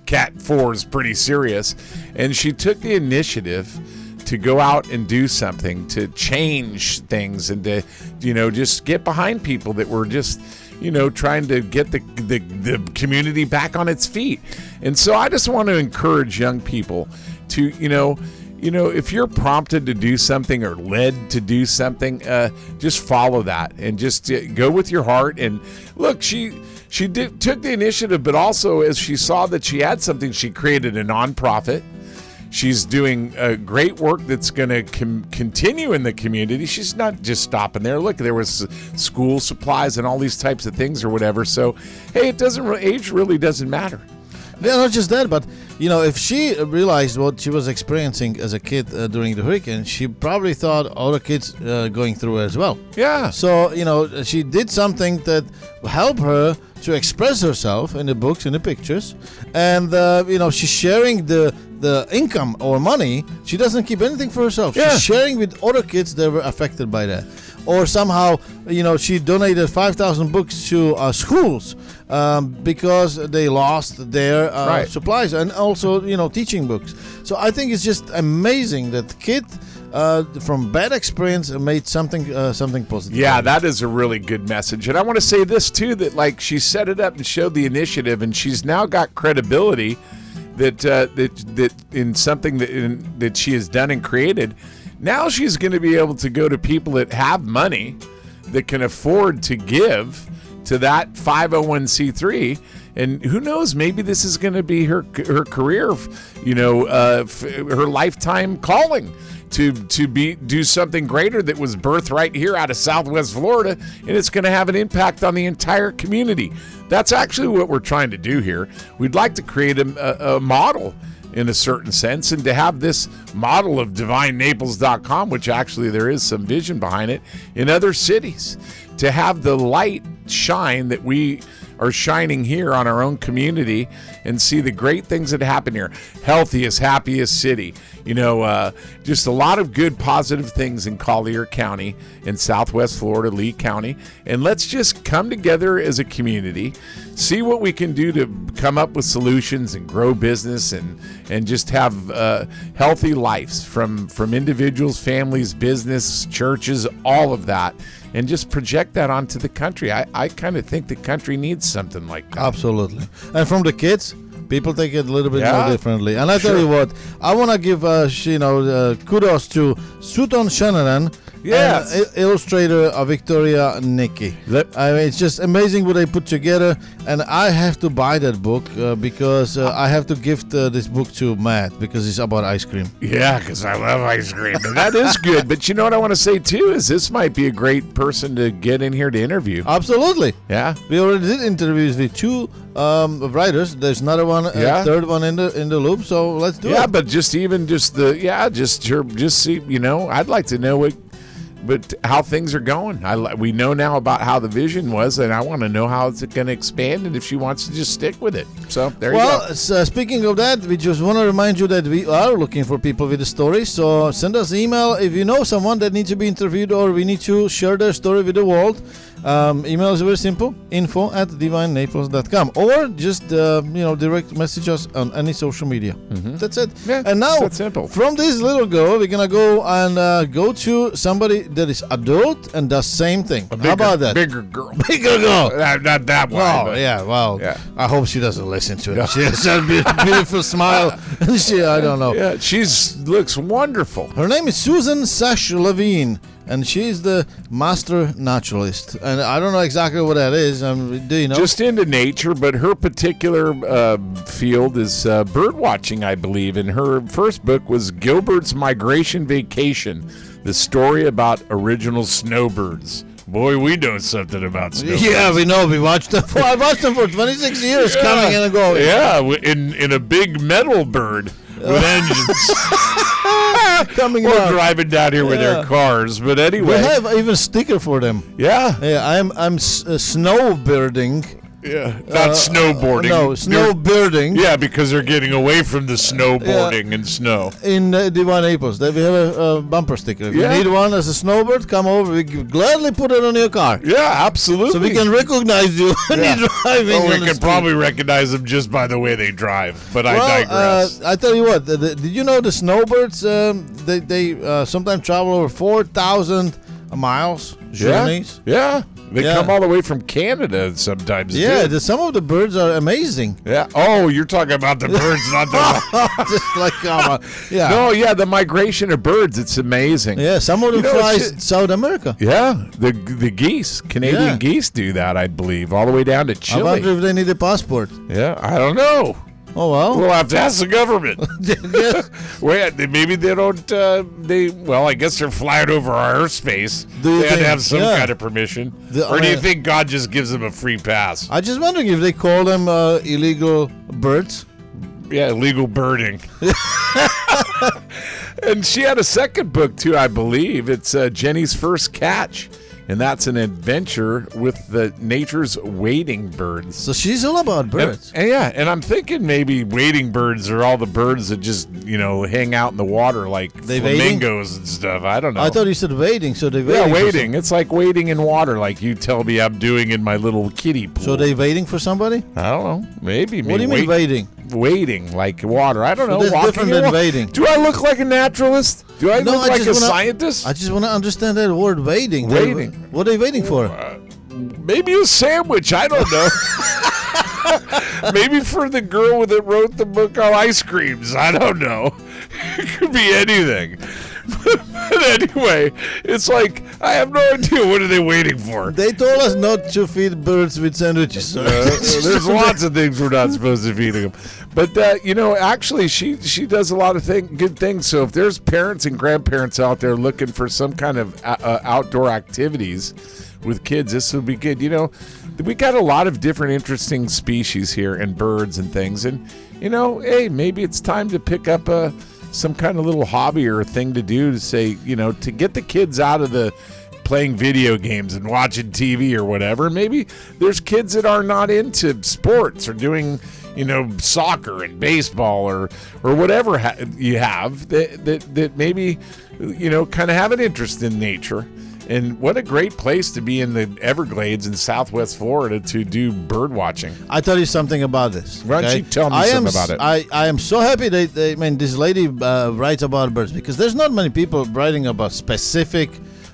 B: Cat 4 is pretty serious, and she took the initiative to go out and do something to change things and to you know just get behind people that were just you know, trying to get the, the, the community back on its feet. And so I just want to encourage young people to, you know, you know, if you're prompted to do something or led to do something, uh, just follow that and just uh, go with your heart. And look, she she did, took the initiative, but also as she saw that she had something, she created a nonprofit. She's doing uh, great work that's going to com- continue in the community. She's not just stopping there. Look, there was school supplies and all these types of things or whatever. So, hey, it doesn't re- age really doesn't matter.
A: Yeah, not just that, but you know, if she realized what she was experiencing as a kid uh, during the hurricane, she probably thought other kids uh, going through as well.
B: Yeah.
A: So you know, she did something that helped her to express herself in the books, in the pictures, and uh, you know, she's sharing the the income or money. She doesn't keep anything for herself.
B: Yeah.
A: She's sharing with other kids that were affected by that, or somehow you know, she donated five thousand books to uh, schools um, because they lost their uh,
B: Right.
A: supplies and also you know teaching books. So I think it's just amazing that kid. Uh, from bad experience, made something uh, something positive.
B: Yeah, that is a really good message. And I want to say this too that like she set it up and showed the initiative and she's now got credibility that uh, that that in something that in, that she has done and created. Now she's going to be able to go to people that have money that can afford to give to that 501c3 and who knows maybe this is going to be her her career you know uh, f- her lifetime calling to to be do something greater that was birthed right here out of Southwest Florida, and it's going to have an impact on the entire community. That's actually what we're trying to do here. We'd like to create a, a, a model in a certain sense, and to have this model of divinenaples.com, which actually there is some vision behind it, in other cities, to have the light shine that we are shining here on our own community and see the great things that happen here. Healthiest, happiest city. You know, uh, just a lot of good, positive things in Collier County, in Southwest Florida, Lee County. And let's just come together as a community, see what we can do to come up with solutions and grow business and and just have uh, healthy lives from from individuals, families, business, churches, all of that and just project that onto the country. I, I kind of think the country needs something like that.
A: Absolutely. And from the kids, people take it a little bit
B: Yeah.
A: more differently. And I tell
B: Sure.
A: you what, I want to give uh, sh- you know uh, kudos to Sutton Shanahan
B: Yeah.
A: and, uh, il- illustrator uh, Victoria Nicky.
B: Let-
A: I mean, it's just amazing what they put together, and I have to buy that book uh, because uh, I have to gift uh, this book to Matt because it's about ice cream.
B: Yeah, because I love ice cream. And *laughs* that is good. But you know what I want to say too is this might be a great person to get in here to interview.
A: Absolutely.
B: Yeah.
A: We already did interviews with two um, writers. There's another one, uh,
B: Yeah.
A: third one in the in the loop. So let's do
B: Yeah,
A: it.
B: but just even just the yeah, just your just see you know, I'd like to know what, but how things are going. I li- we know now about how the vision was, and I want to know how it's going to expand and if she wants to just stick with it. So there
A: Well,
B: you go.
A: s- uh, speaking of that, we just want to remind you that we are looking for people with a story. So send us email if you know someone that needs to be interviewed or we need to share their story with the world. Um, email is very simple: info at divinenaples.com or just uh, you know direct message us on any social media. That's it.
B: Mm-hmm. Yeah,
A: and now
B: it's that simple.
A: from this little girl, we're gonna go and uh, go to somebody that is adult and does same thing. How about that?
B: Bigger girl.
A: Bigger girl.
B: Uh, not that one.
A: Oh
B: but-
A: yeah, well,
B: Yeah.
A: I hope she doesn't listen to it. She has a
B: *laughs*
A: be- beautiful smile. *laughs* she, I don't know.
B: Yeah, she's looks wonderful.
A: Her name is Susan Sash Levine, and she's the master naturalist. And I don't know exactly what that is. Um, do you know?
B: Just into nature, but her particular uh, field is uh, bird watching, I believe. And her first book was Gilbert's Migration Vacation, the story about original snowbirds. Boy, we know something about snowbirds.
A: *laughs* yeah, we know. We watched them. For, I watched them for 26 years, coming and going.
B: Yeah, w- in, in a big metal bird
A: *laughs*
B: with engines.
A: Coming
B: We're
A: out.
B: driving down here with
A: Yeah.
B: their cars. But
A: We
B: anyway.
A: have even sticker for them.
B: yeah.
A: Yeah, I'm I'm s- uh, snowbirding.
B: Yeah. Not snowboarding.
A: Uh, No,
B: They're-
A: snowbirding.
B: Yeah, because they're getting away from the snowboarding and snow.
A: in uh, Divine Naples. That we have a, a bumper sticker. If
B: Yeah.
A: you need one as a snowbird, come over. We g- gladly put it on your car.
B: Yeah, absolutely.
A: So we can recognize you when
B: Yeah.
A: you're *laughs* driving.
B: Or
A: on
B: we
A: the
B: can
A: street.
B: probably recognize them just by the way they drive. But I
A: Well,
B: digress.
A: uh, I tell you what. The, the, did you know the snowbirds? Um, they they uh, sometimes travel over four thousand uh, miles journeys.
B: Yeah, yeah. They
A: Yeah.
B: come all the way from Canada sometimes.
A: Yeah,
B: too.
A: the, some of the birds are
B: *laughs*
A: amazing. *laughs*
B: yeah. Oh, you're talking about the birds, not the. *laughs*
A: Just like uh, yeah,
B: No, yeah, the migration of birds. It's amazing.
A: yeah. Some of them
B: You know,
A: fly
B: it's-
A: s- South America.
B: Yeah, the the geese, Canadian
A: Yeah.
B: geese, do that, I believe, all the way down to
A: I wonder
B: Chile.
A: if they need a passport.
B: Yeah, I don't know.
A: Oh well.
B: We'll have to ask the
A: *laughs*
B: government. *laughs*
A: Yes.
B: Wait, they- maybe they don't. Uh, they well, I guess they're flying over our airspace.
A: Do you
B: They had to
A: think-
B: have some
A: yeah.
B: kind of permission.
A: The-
B: or do you
A: uh,
B: think God just gives them a free pass?
A: I just wondering if they call them uh, illegal birds.
B: yeah, illegal
A: *laughs*
B: birding. and she had a second book too, I believe. It's uh, Jenny's first catch, and that's an adventure with the nature's wading birds.
A: So she's all about birds.
B: And, and yeah, and I'm thinking maybe wading birds are all the birds that just you know hang out in the water like
A: They wading?
B: flamingos and stuff. I don't know.
A: I thought you said waiting, so they waiting.
B: Yeah,
A: for
B: waiting. It's like waiting in water, like you tell me I'm doing in my little kiddie pool.
A: some- so they waiting for somebody?
B: I don't know. Maybe.
A: What do you mean
B: wait-
A: waiting?
B: Waiting, like water. I don't know.
A: that's
B: walking
A: different
B: in
A: than
B: wa-
A: waiting.
B: Do I look like a naturalist? Do I look like a
A: wanna,
B: scientist?
A: I just want to understand that word waiting. They-
B: Waiting.
A: what are they waiting
B: Oh, uh,
A: for?
B: Maybe a sandwich. I don't know. *laughs* Maybe for the girl that wrote the book on ice creams. I don't know. *laughs* It could be anything. *laughs* but anyway, it's like I have no idea. What are they waiting for?
A: They told us not to feed birds with sandwiches. *laughs*
B: Uh, there's lots of things we're not supposed to be feeding them. But uh, you know, actually, she she does a lot of thing, good things. So if there's parents and grandparents out there looking for some kind of uh, uh, outdoor activities with kids, this would be good. You know, we got a lot of different interesting species here and birds and things. And you know, hey, maybe it's time to pick up a some kind of little hobby or thing to do to say, you know, to get the kids out of the playing video games and watching TV or whatever. Maybe there's kids that are not into sports or doing, you know, soccer and baseball or or whatever ha- you have that, that that maybe you know kind of have an interest in nature. And what a great place to be in the Everglades in Southwest Florida to do bird watching.
A: I tell you something about this.
B: Why don't you tell me
A: I am,
B: some about it?
A: I, I am so happy that, they, I mean, this lady uh, writes about birds because there's not many people writing about specific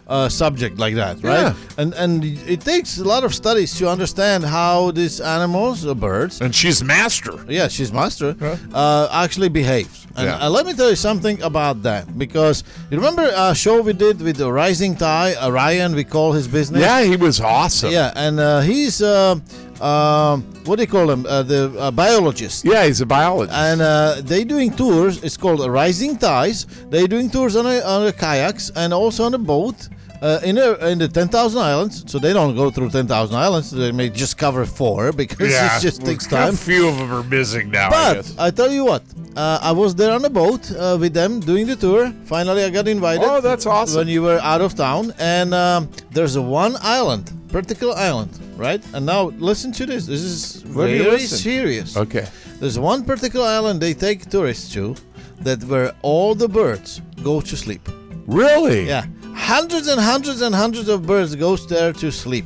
A: uh, subject like that, right?
B: Yeah.
A: And and it takes a lot of studies to understand how these animals or birds
B: And she's master.
A: yeah, she's master, uh, actually behaves. And
B: Yeah.
A: uh, let me tell you something about that because you remember a show we did with the Rising Tide, uh, Ryan, we call his business.
B: Yeah, he was awesome.
A: Yeah, and uh, he's, uh, um what do you call him? Uh, the uh, biologist.
B: Yeah, he's a biologist.
A: And uh, they doing tours. It's called Rising Tides. They doing tours on a, on a kayaks and also on a boat uh, in a, in the ten thousand islands. So they don't go through ten thousand islands. They may just cover four because *laughs* it just takes
B: A
A: time.
B: few of them are missing now. I
A: But
B: guess.
A: I tell you what, uh, I was there on a boat uh, with them doing the tour. Finally, I got invited.
B: Oh, that's awesome.
A: When you were out of town, and um, there's a one island, particular island, right? And now listen to this. This is
B: Where do you
A: very
B: listen?
A: serious.
B: Okay.
A: There's one particular island they take tourists to, that where all the birds go to sleep.
B: Really?
A: Yeah, hundreds and hundreds and hundreds of birds goes there to sleep,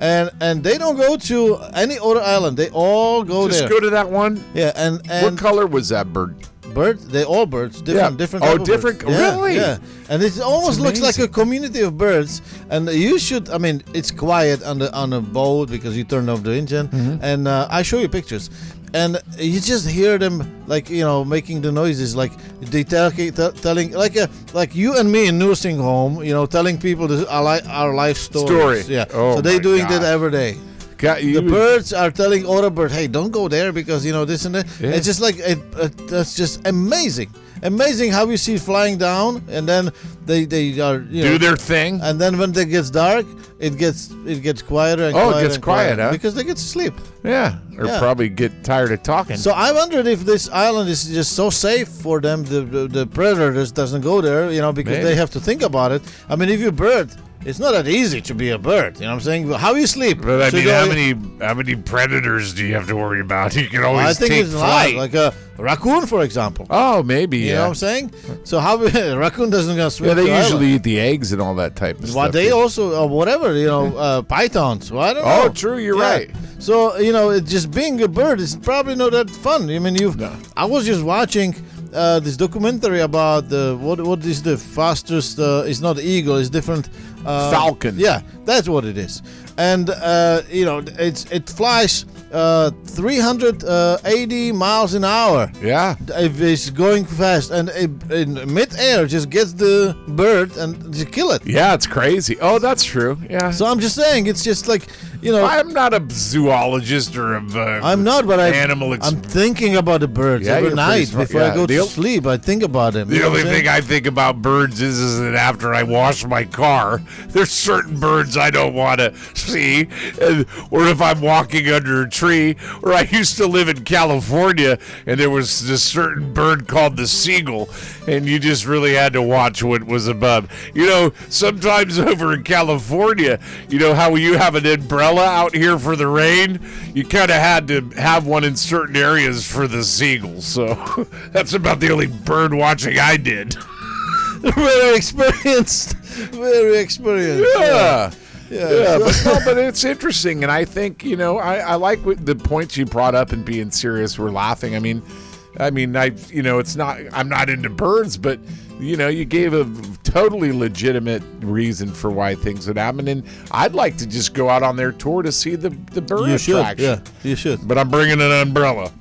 A: and and they don't go to any other island. They all go
B: Just
A: there.
B: go to that one.
A: yeah, and
B: What
A: and
B: color was that bird?
A: bird they all birds different
B: Yeah.
A: different
B: Oh,
A: type of
B: different-
A: birds. Yeah,
B: really?
A: yeah and it almost looks like a
B: amazing.
A: community of birds and you should i mean it's quiet on the on a boat because you turn off the engine
B: Mm-hmm.
A: and uh, i show you pictures and you just hear them like you know making the noises like they tell, tell, telling like a, like you and me in nursing home you know telling people this, our, li- our life stories
B: Story.
A: yeah
B: Oh,
A: so they
B: my
A: doing that
B: gosh.
A: every day
B: Got you.
A: the birds are telling other birds, "Hey, don't go there because you know this and that."
B: Yeah.
A: It's just like it, it, that's just amazing, amazing how you see it flying down, and then they they are you know,
B: do their thing.
A: and then when it gets dark, it gets it gets quieter and
B: Oh, it
A: quieter
B: gets
A: and
B: quiet, huh?
A: because they get to sleep.
B: yeah. Or
A: yeah.
B: probably get tired of talking.
A: So I wondered if this island is just so safe for them, the the, the predators doesn't go there, you know, because
B: Maybe.
A: they have to think about it. I mean, if you're a bird. It's not that easy to be a bird, you know what I'm saying? How you sleep?
B: but I
A: So
B: mean,
A: you
B: how
A: know,
B: many how many predators do you have to worry about? *laughs* You can always
A: I think
B: take
A: it's a lot,
B: flight.
A: like a raccoon, for example.
B: oh, maybe.
A: You
B: yeah.
A: know what I'm saying? So how *laughs* raccoon doesn't gonna swim?
B: yeah,
A: to
B: they usually
A: island.
B: eat the eggs and all that type of
A: Well,
B: stuff.
A: they also or whatever you
B: *laughs*
A: know uh, pythons. Well, I don't
B: Oh,
A: know.
B: true, you're right.
A: So you know, it, just being a bird is probably not that fun. I mean, you've. I was just watching uh, this documentary about the what what is the fastest? Uh, it's not eagle. It's different. Uh,
B: Falcon.
A: Yeah, that's what it is. And uh, you know, it's it flies uh, 380 miles an hour
B: yeah.
A: if it's going fast and it, in mid-air just gets the bird and just kill it.
B: Yeah, it's crazy. Oh, that's true. Yeah.
A: So I'm just saying, it's just like you know,
B: I'm not a zoologist or a. Uh,
A: I'm not, but I
B: Animal ex-
A: I'm thinking about the birds
B: Yeah,
A: every
B: you're pretty
A: night
B: smart.
A: before
B: Yeah,
A: I go
B: the
A: to
B: o-
A: sleep. I think about them. you
B: The
A: know what
B: only
A: I'm saying?
B: thing I think about birds is, is that after I wash my car, there's certain birds I don't want to see, and, or if I'm walking under a tree. Or I used to live in California, and there was this certain bird called the seagull, and you just really had to watch what was above. You know, sometimes *laughs* over in California, you know how you have an umbrella out here for the rain. You kind of had to have one in certain areas for the seagulls. So *laughs* that's about the only bird watching I did.
A: *laughs* very experienced, *laughs* very experienced.
B: Yeah.
A: yeah.
B: Yeah,
A: So-
B: but, no, but it's interesting, and I think you know I, I like what the points you brought up and being serious. We're laughing. I mean, I mean, I you know it's not I'm not into birds, but you know you gave a totally legitimate reason for why things would happen, and I'd like to just go out on their tour to see the the bird
A: you should,
B: attraction.
A: yeah, you
B: *laughs*
A: should.
B: But I'm bringing an umbrella.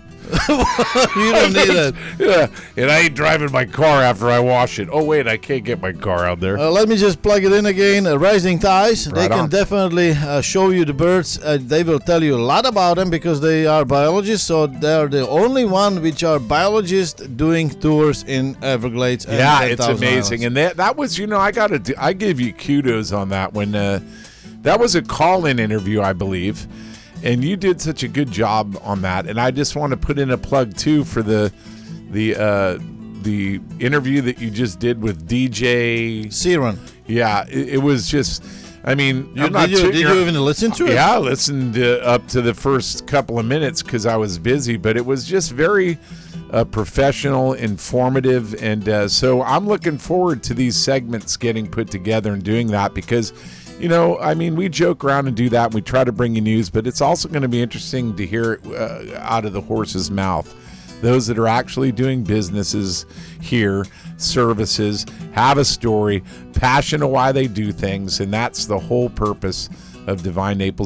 A: You don't need that.
B: yeah, and I ain't driving my car after I wash it. Oh wait, I can't get my car out there.
A: Uh, let me just plug it in again. Uh, Rising Tides. they
B: Right
A: can
B: on.
A: definitely uh, show you the birds. Uh, they will tell you a lot about them because they are biologists. So they are the only one which are biologists doing tours in Everglades. And
B: yeah,
A: 10,000
B: it's amazing,
A: Islands.
B: and that that was you know I gotta do, I give you kudos on that when uh, that was a call-in interview I believe, and you did such a good job on that, and I just want to put in a plug too for the the uh, the interview that you just did with DJ.
A: Siren,
B: Yeah, it, it was just. I mean,
A: you,
B: I'm
A: did,
B: not
A: you,
B: tooting
A: did
B: your-
A: you even listen to it?
B: yeah, I listened uh, up to the first couple of minutes because I was busy, but it was just very uh, professional, informative, and uh, so I'm looking forward to these segments getting put together and doing that because, you know, I mean, we joke around and do that, and we try to bring you news, but it's also going to be interesting to hear it uh, out of the horse's mouth those that are actually doing businesses here, services, have a story, passion of why they do things, and that's the whole purpose of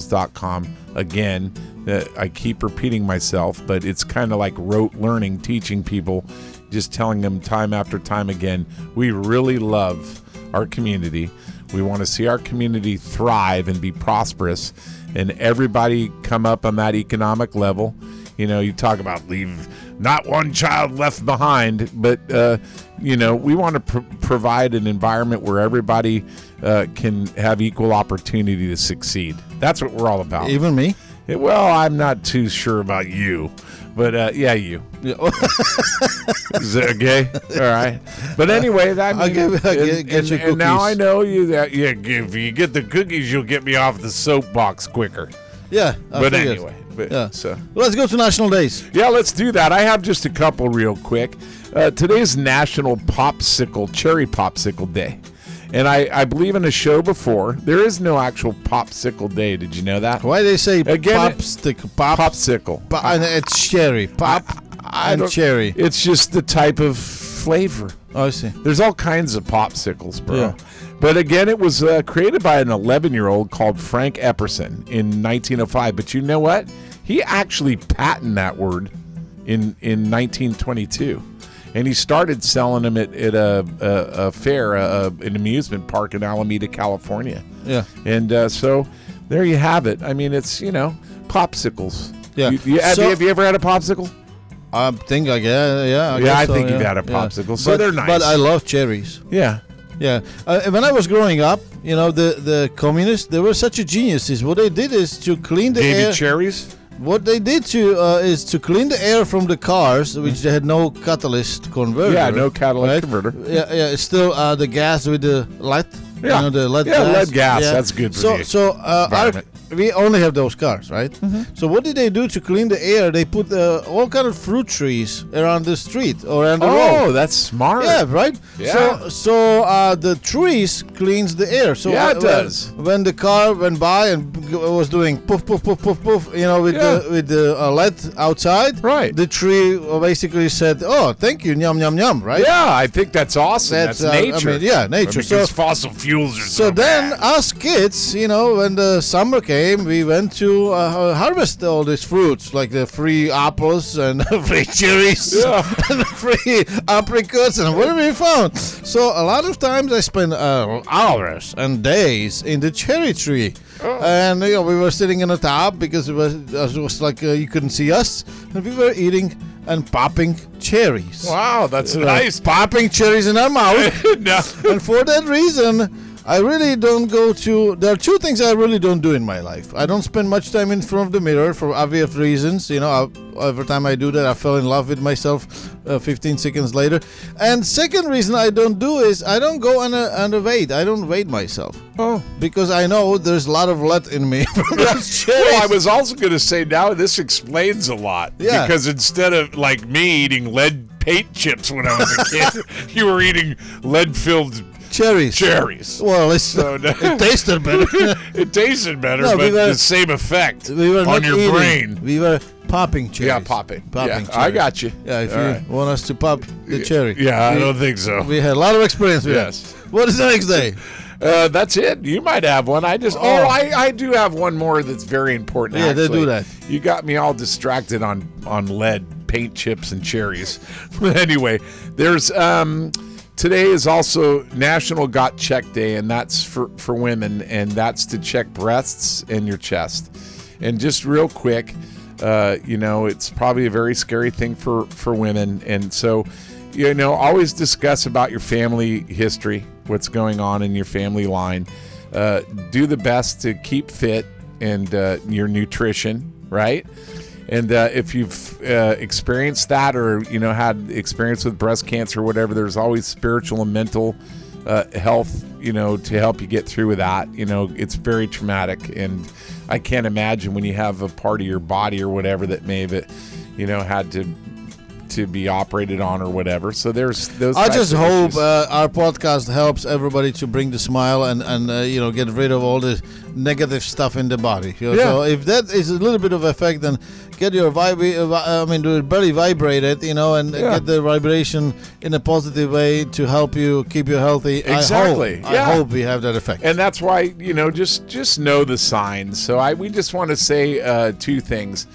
B: divinenaples.com. Again, uh, I keep repeating myself, but it's kind of like rote learning, teaching people, just telling them time after time again, we really love our community. We want to see our community thrive and be prosperous and everybody come up on that economic level. You know, you talk about leave not one child left behind, but, uh, you know, we want to pr- provide an environment where everybody uh, can have equal opportunity to succeed. That's what we're all about.
A: Even me.
B: Yeah, well, I'm not too sure about you, but uh, yeah, you.
A: *laughs* Oh,
B: Is it okay? *laughs* All right. But anyway, that
A: Uh, I'll give- I'll get-
B: and,
A: get
B: and-
A: you
B: and now I
A: cookies.
B: know you that yeah, if you get the cookies, you'll get me off the soapbox quicker.
A: yeah. I
B: but
A: figured.
B: anyway, but,
A: Yeah.
B: so.
A: Let's go to National Days.
B: Yeah, let's do that. I have just a couple real quick. Uh, today's National Popsicle Cherry Popsicle Day, and I, I believe in a show before there is no actual popsicle day. Did you know that?
A: Why they say
B: Again,
A: pop
B: it-
A: stick pop,
B: Popsicle.
A: pop and it's cherry pop and
B: don't-
A: cherry.
B: It's just the type of flavor.
A: oh, I see.
B: There's all kinds of popsicles, bro.
A: Yeah.
B: But again, it was uh, created by an 11 year old called Frank Epperson in 1905. But you know what? He actually patented that word in, in 1922. And he started selling them at, at a, a, a fair, a, a- an amusement park in Alameda, California.
A: Yeah.
B: And uh, so there you have it. I mean, it's, you know, popsicles.
A: Yeah.
B: You, you- have,
A: So-
B: you, have you ever had a popsicle?
A: I think I yeah yeah. I
B: Yeah,
A: guess
B: I
A: so,
B: think you've
A: yeah,
B: had a
A: yeah.
B: popsicle, so
A: But-
B: they're nice.
A: But I love cherries.
B: Yeah.
A: Yeah, uh, when I was growing up, you know, the the communists they were such a geniuses. What they did is to clean the
B: Gave
A: air.
B: you cherries?
A: what they did to uh, is to clean the air from the cars, which they had no catalyst converter.
B: Mm-hmm. Yeah, no
A: Oh,
B: catalytic
A: right?
B: converter.
A: Yeah, yeah, it's still uh, the gas with the lead.
B: Yeah.
A: you know, the lead
B: Yeah,
A: gas.
B: lead gas, that's good for
A: so
B: the
A: so uh, our,
B: environment. Mm-hmm.
A: we only have those cars, right? So what did they do to clean the air? They put uh, all kind of fruit trees around the street or around the road.
B: Oh, that's smart.
A: Yeah, right.
B: Yeah.
A: So, so uh, the trees cleans the air. So
B: Yeah, it
A: when-
B: does.
A: When the car went by and g- was doing poof, poof, poof, poof, poof, you know, with
B: Yeah.
A: the with the uh, lead outside,
B: Right.
A: The tree uh, basically said, "Oh, thank you, yum, yum, yum," right?
B: Yeah, I think that's awesome. That's,
A: That's, uh, I
B: nature.
A: mean, yeah, nature.
B: Because
A: So-
B: fossil fuels are so,
A: So then,
B: bad.
A: us kids, you know, when the summer came, we went to uh, harvest all these fruits, like the free apples and *laughs* free cherries
B: Yeah.
A: *laughs* and free apricots, and whatever we found. So a lot of times I spent uh, hours and days in the cherry tree,
B: Oh.
A: and you know we were sitting in the top because it was it was like uh, you couldn't see us, and we were eating and popping cherries.
B: wow, that's nice. *laughs*
A: Popping cherries in our mouth
B: no.
A: *laughs* and for that reason, I really don't go to. There are two things I really don't do in my life. I don't spend much time in front of the mirror for obvious reasons. You know, I, every time I do that, I fell in love with myself uh, 15 seconds later. And second reason I don't do is I don't go under under weight. I don't weight myself
B: Oh.
A: because I know there's a lot of lead in me *laughs* from those
B: Well, Oh, I
A: cherries.
B: was also going to say now this explains a lot.
A: Yeah.
B: Because instead of like me eating lead paint chips when I was a
A: *laughs*
B: kid, you were eating lead filled
A: Cherries.
B: cherries.
A: Well, it's,
B: So, no.
A: it tasted
B: *laughs*
A: better.
B: it tasted better,
A: No, we
B: but
A: were-
B: the same effect
A: we were
B: on
A: not
B: your
A: eating.
B: brain.
A: We were popping cherries.
B: Yeah, pop it.
A: Popping
B: yeah,
A: cherries.
B: I got you.
A: Yeah, if
B: All
A: you
B: right.
A: want us to pop the cherry.
B: Yeah,
A: we,
B: I don't think so.
A: We had a lot of experience with
B: Yes.
A: that. What is the next day?
B: *laughs* Uh, that's it. You might have one. I just. Oh,
A: Oh.
B: I, I do have one more that's very important.
A: Yeah, they
B: actually.
A: do that.
B: You got me all distracted on on lead paint chips and cherries. *laughs* But anyway, there's um. Today is also National Got Check Day, and that's for, for women, and that's to check breasts and your chest. And just real quick, uh, you know, it's probably a very scary thing for, for women. And so, you know, always discuss about your family history, what's going on in your family line. Uh, do the best to keep fit and uh, your nutrition, right? And uh, if you've uh, experienced that or, you know, had experience with breast cancer or whatever, there's always spiritual and mental uh, health, you know, to help you get through with that. You know, it's very traumatic. And I can't imagine when you have a part of your body or whatever that may have, you know, had to to be operated on or whatever. So there's those.
A: I
B: types
A: just
B: of
A: hope
B: issues.
A: uh, our podcast helps everybody to bring the smile and and uh, you know get rid of all the negative stuff in the body. You know,
B: Yeah.
A: So if that is a little bit of effect, then get your vibra- uh, vi- I mean, your body vibrated, you know, and
B: Yeah.
A: get the vibration in a positive way to help you keep you healthy.
B: Exactly.
A: I hope,
B: Yeah.
A: I hope we have that effect.
B: and that's why you know just just know the signs so i we just want to say uh, two things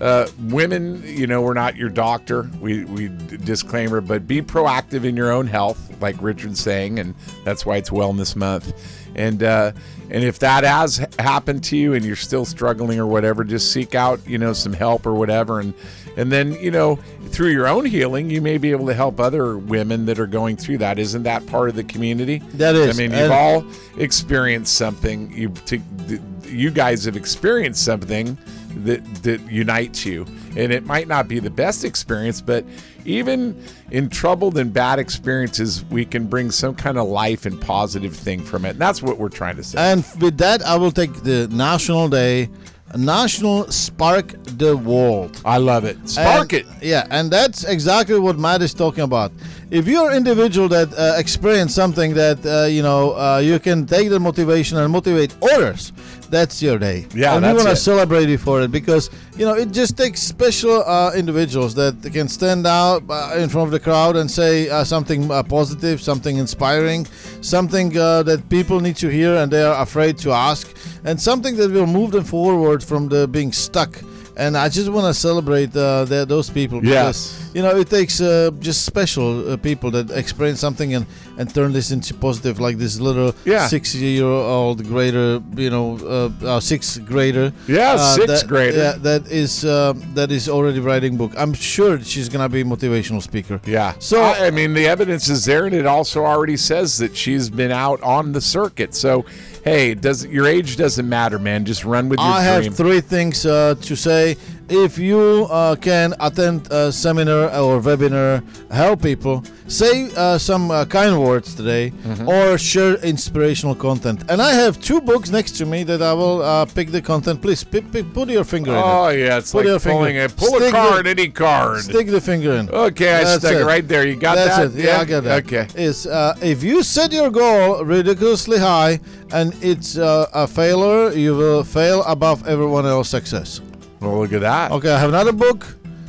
B: uh, women you know we're not your doctor we we d- disclaimer but be proactive in your own health like richard's saying and that's why it's wellness month and uh, and if that has h- happened to you and you're still struggling or whatever just seek out you know some help or whatever and and then you know through your own healing you may be able to help other women that are going through that isn't that part of the community
A: That is,
B: i mean you've
A: and-
B: all all experienced something. You t- th- you guys have experienced something that that unites you, and it might not be the best experience, but even in troubled and bad experiences, we can bring some kind of life and positive thing from it. And that's what we're trying to say.
A: And with that, I will take the National Day, National Spark the World.
B: I love it. Spark
A: And-
B: it.
A: Yeah, and that's exactly what Matt is talking about. If you're an individual that uh, experienced something that uh, you know uh, you can take the motivation and motivate others, that's your day.
B: Yeah,
A: and
B: that's
A: we
B: it.
A: to celebrate you for it because you know it just takes special uh, individuals that can stand out uh, in front of the crowd and say uh, something uh, positive, something inspiring, something uh, that people need to hear and they are afraid to ask, and something that will move them forward from the being stuck. And I just want to celebrate uh, the, those people
B: Yes.
A: because you know it takes uh, just special uh, people that experience something and, and turn this into positive, like this little
B: Yeah.
A: six year old grader, you know, uh, uh, sixth grader
B: Yeah, sixth
A: Uh, that,
B: grader.
A: Yeah, that is uh, that is already writing book. I'm sure she's gonna be a motivational speaker.
B: Yeah.
A: So-
B: I, I mean, the evidence is there, and it also already says that she's been out on the circuit. So, hey, does your age doesn't matter, man? Just run with your
A: I
B: dream.
A: have three things uh, to say. If you uh, can attend a seminar or webinar, help people, say uh, some uh, kind words today,
B: Mm-hmm.
A: or share inspirational content. And I have two books next to me that I will uh, pick the content. Please p- p- put your finger
B: Oh
A: in it.
B: yeah, it's
A: Put your
B: like
A: finger.
B: pulling a pull a
A: Stick
B: card,
A: the-
B: any card.
A: Stick the finger in.
B: okay, I
A: That's
B: stuck it.
A: it.
B: right there. You got
A: That's
B: that?
A: it. Yeah, I got that.
B: Okay.
A: Is uh, if you set your goal ridiculously high and it's uh, a failure, you will fail above everyone else's success.
B: Well, Oh, look at that.
A: Okay, I have another book.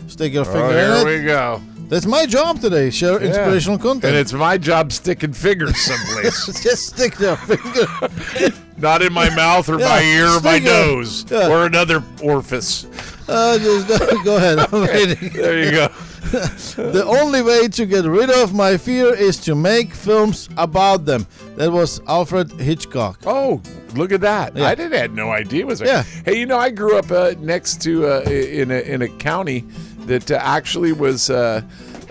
A: Stick your
B: Oh,
A: finger
B: here
A: in it.
B: we go.
A: That's my job today. Share
B: Yeah.
A: inspirational content.
B: And it's my job sticking fingers
A: *laughs*
B: someplace,
A: just stick your finger. *laughs*
B: not in my mouth or my
A: Yeah,
B: ear or my
A: stick it.
B: nose
A: Yeah.
B: or another orifice.
A: Uh, just *laughs* go, go ahead. I'm waiting.
B: There you go.
A: The only way to get rid of my fear is to make films about them. That was Alfred Hitchcock.
B: Oh, look at that!
A: Yeah.
B: I didn't had no idea was.
A: Yeah.
B: Hey, you know, I grew up uh, next to uh, i- in a in a county that uh, actually was. Uh,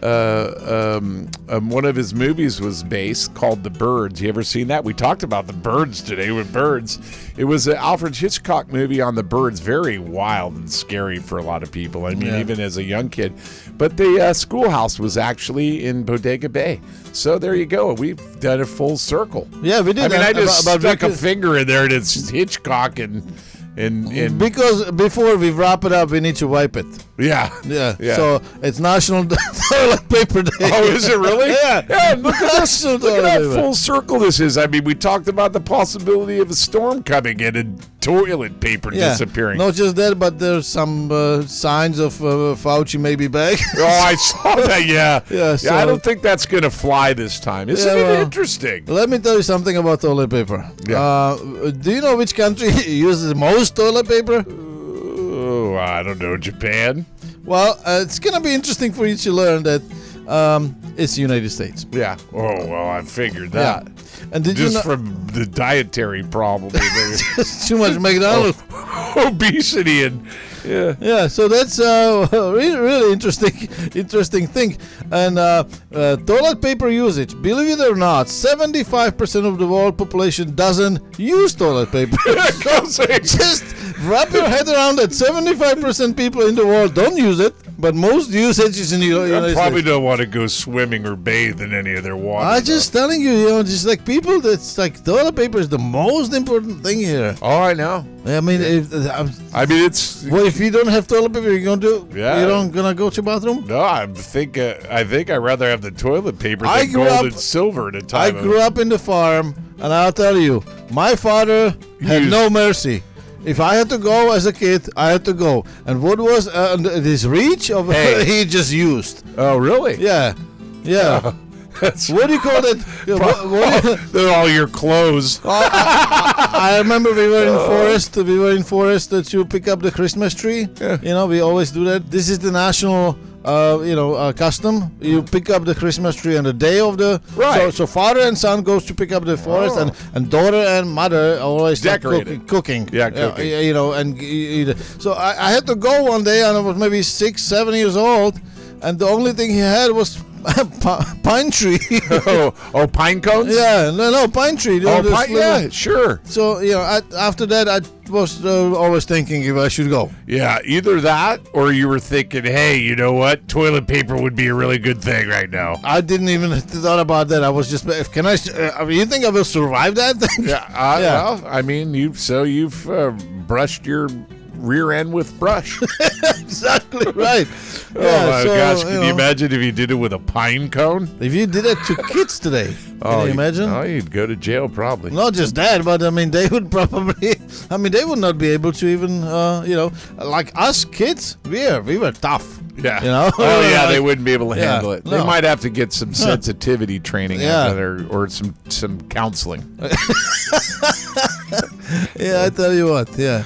B: uh, um, um, one of his movies was based called The Birds. You ever seen that? We talked about The Birds today with Birds. It was an Alfred Hitchcock movie on the birds, very wild and scary for a lot of people. I mean,
A: Yeah.
B: even as a young kid. But the uh, schoolhouse was actually in Bodega Bay. So there you go. We've done a full circle.
A: Yeah, we did.
B: I mean,
A: and
B: I just
A: about- about
B: stuck a
A: Vicky-
B: finger in there, and it's Hitchcock, and and and
A: Because before we wrap it up, we need to wipe it.
B: *laughs* yeah,
A: Yeah. So it's National *laughs* Toilet Paper Day.
B: Oh, is it really?
A: Yeah.
B: look at
A: *laughs*
B: this.
A: National *laughs*
B: Look at
A: Toilet
B: that
A: Paper.
B: full circle this is. I mean, we talked about the possibility of a storm coming in and toilet paper disappearing.
A: Not just that, but there's some uh, signs of uh, Fauci maybe back.
B: *laughs*
A: *laughs*
B: Oh, I saw that. Yeah.
A: Yeah,
B: I
A: so-
B: don't think that's going to fly this time. Isn't
A: Yeah, Uh,
B: it
A: well-
B: interesting?
A: Let me tell you something about toilet paper.
B: Yeah.
A: Uh, do you know which country *laughs* uses the most toilet paper?
B: Oh, I don't know. Japan?
A: Well, uh, it's gonna be interesting for you to learn that um, it's the United States.
B: Yeah. Oh, well, I figured that.
A: And did
B: Just
A: you know
B: from the dietary problem.
A: *laughs* too
B: *laughs*
A: much
B: Oh.
A: McDonald's?
B: Obesity and. Yeah.
A: *laughs* Yeah, so that's uh, *laughs* really, really interesting, *laughs* interesting thing. And uh, uh, toilet paper usage, believe it or not, 75% of the world population doesn't use toilet paper. *laughs*
B: Go say-
A: Just wrap your head around that 75% people in the world don't use it. but most usage is in the United
B: I
A: States.
B: probably don't want to go swimming or bathe in any of their water.
A: I'm just telling you, you know, just like people, that's like toilet paper is the most important thing here.
B: Oh, I know.
A: I mean, if, I'm,
B: I mean, it's
A: well, if you don't have toilet paper, you're gonna do.
B: Yeah.
A: You don't gonna go to bathroom.
B: no. I think uh, I think I'd rather have the toilet paper than
A: I grew
B: gold
A: up-
B: and silver at a
A: I
B: time. of-
A: grew up in the farm, and I'll tell you, my father had
B: Yes.
A: no mercy. If I had to go as a kid, I had to go. And what was uh, his reach of
B: Hey.
A: *laughs* he just used?
B: oh, really?
A: Yeah, yeah.
B: *laughs* That's Oh,
A: What do you call
B: *laughs*
A: that? Yeah, what- what Oh. do you-
B: They're all your
A: *laughs*
B: clothes.
A: I remember we were in forest. We were in forest uh, to pick up the Christmas tree.
B: Yeah.
A: You know, we always do that. This is the national, uh, you know, uh, custom. You pick up the Christmas tree on the day of the.
B: Mm. Right. Oh.
A: So, so father and son goes to pick up the forest, and, and daughter and mother always start
B: Decorate
A: cook-
B: it.
A: cooking.
B: Yeah, cooking.
A: You know, and g- y- y- so I, I had to go one day, and I was maybe six, seven years old, and the only thing he had was *laughs* pi- pine
B: *laughs*
A: tree.
B: oh, oh, pine cones.
A: yeah, no, no, pine tree.
B: Oh,
A: Those
B: pine,
A: little-
B: yeah, sure.
A: so you know, I, after that, I was uh, always thinking if I should go.
B: Yeah, either that or you were thinking, hey, you know what? Toilet paper would be a really good thing right now.
A: I didn't even *laughs* thought about that. I was just, if can I? s- Uh, I mean, you think I will survive that *laughs* thing?
B: Yeah, I,
A: Yeah.
B: Well, I mean, you've so you've uh, brushed your rear end with
A: *laughs*
B: brush.
A: exactly right.
B: *laughs* oh my gosh, can you,
A: know,
B: imagine if you did it with a pine cone?
A: If you did that
B: *laughs*
A: to kids today, can
B: oh,
A: you imagine?
B: Oh, you'd go to jail probably.
A: Not just that, but I mean, they would *laughs* probably. I mean, they would not be able to even, uh, you know, like us kids. We are, we were tough.
B: Yeah.
A: You know.
B: Oh
A: *laughs*
B: yeah,
A: Like-
B: they wouldn't be able to
A: Yeah,
B: handle it. They
A: no.
B: might have to get some sensitivity training
A: Yeah.
B: out there or some some counseling.
A: Yeah, I tell you what. Yeah.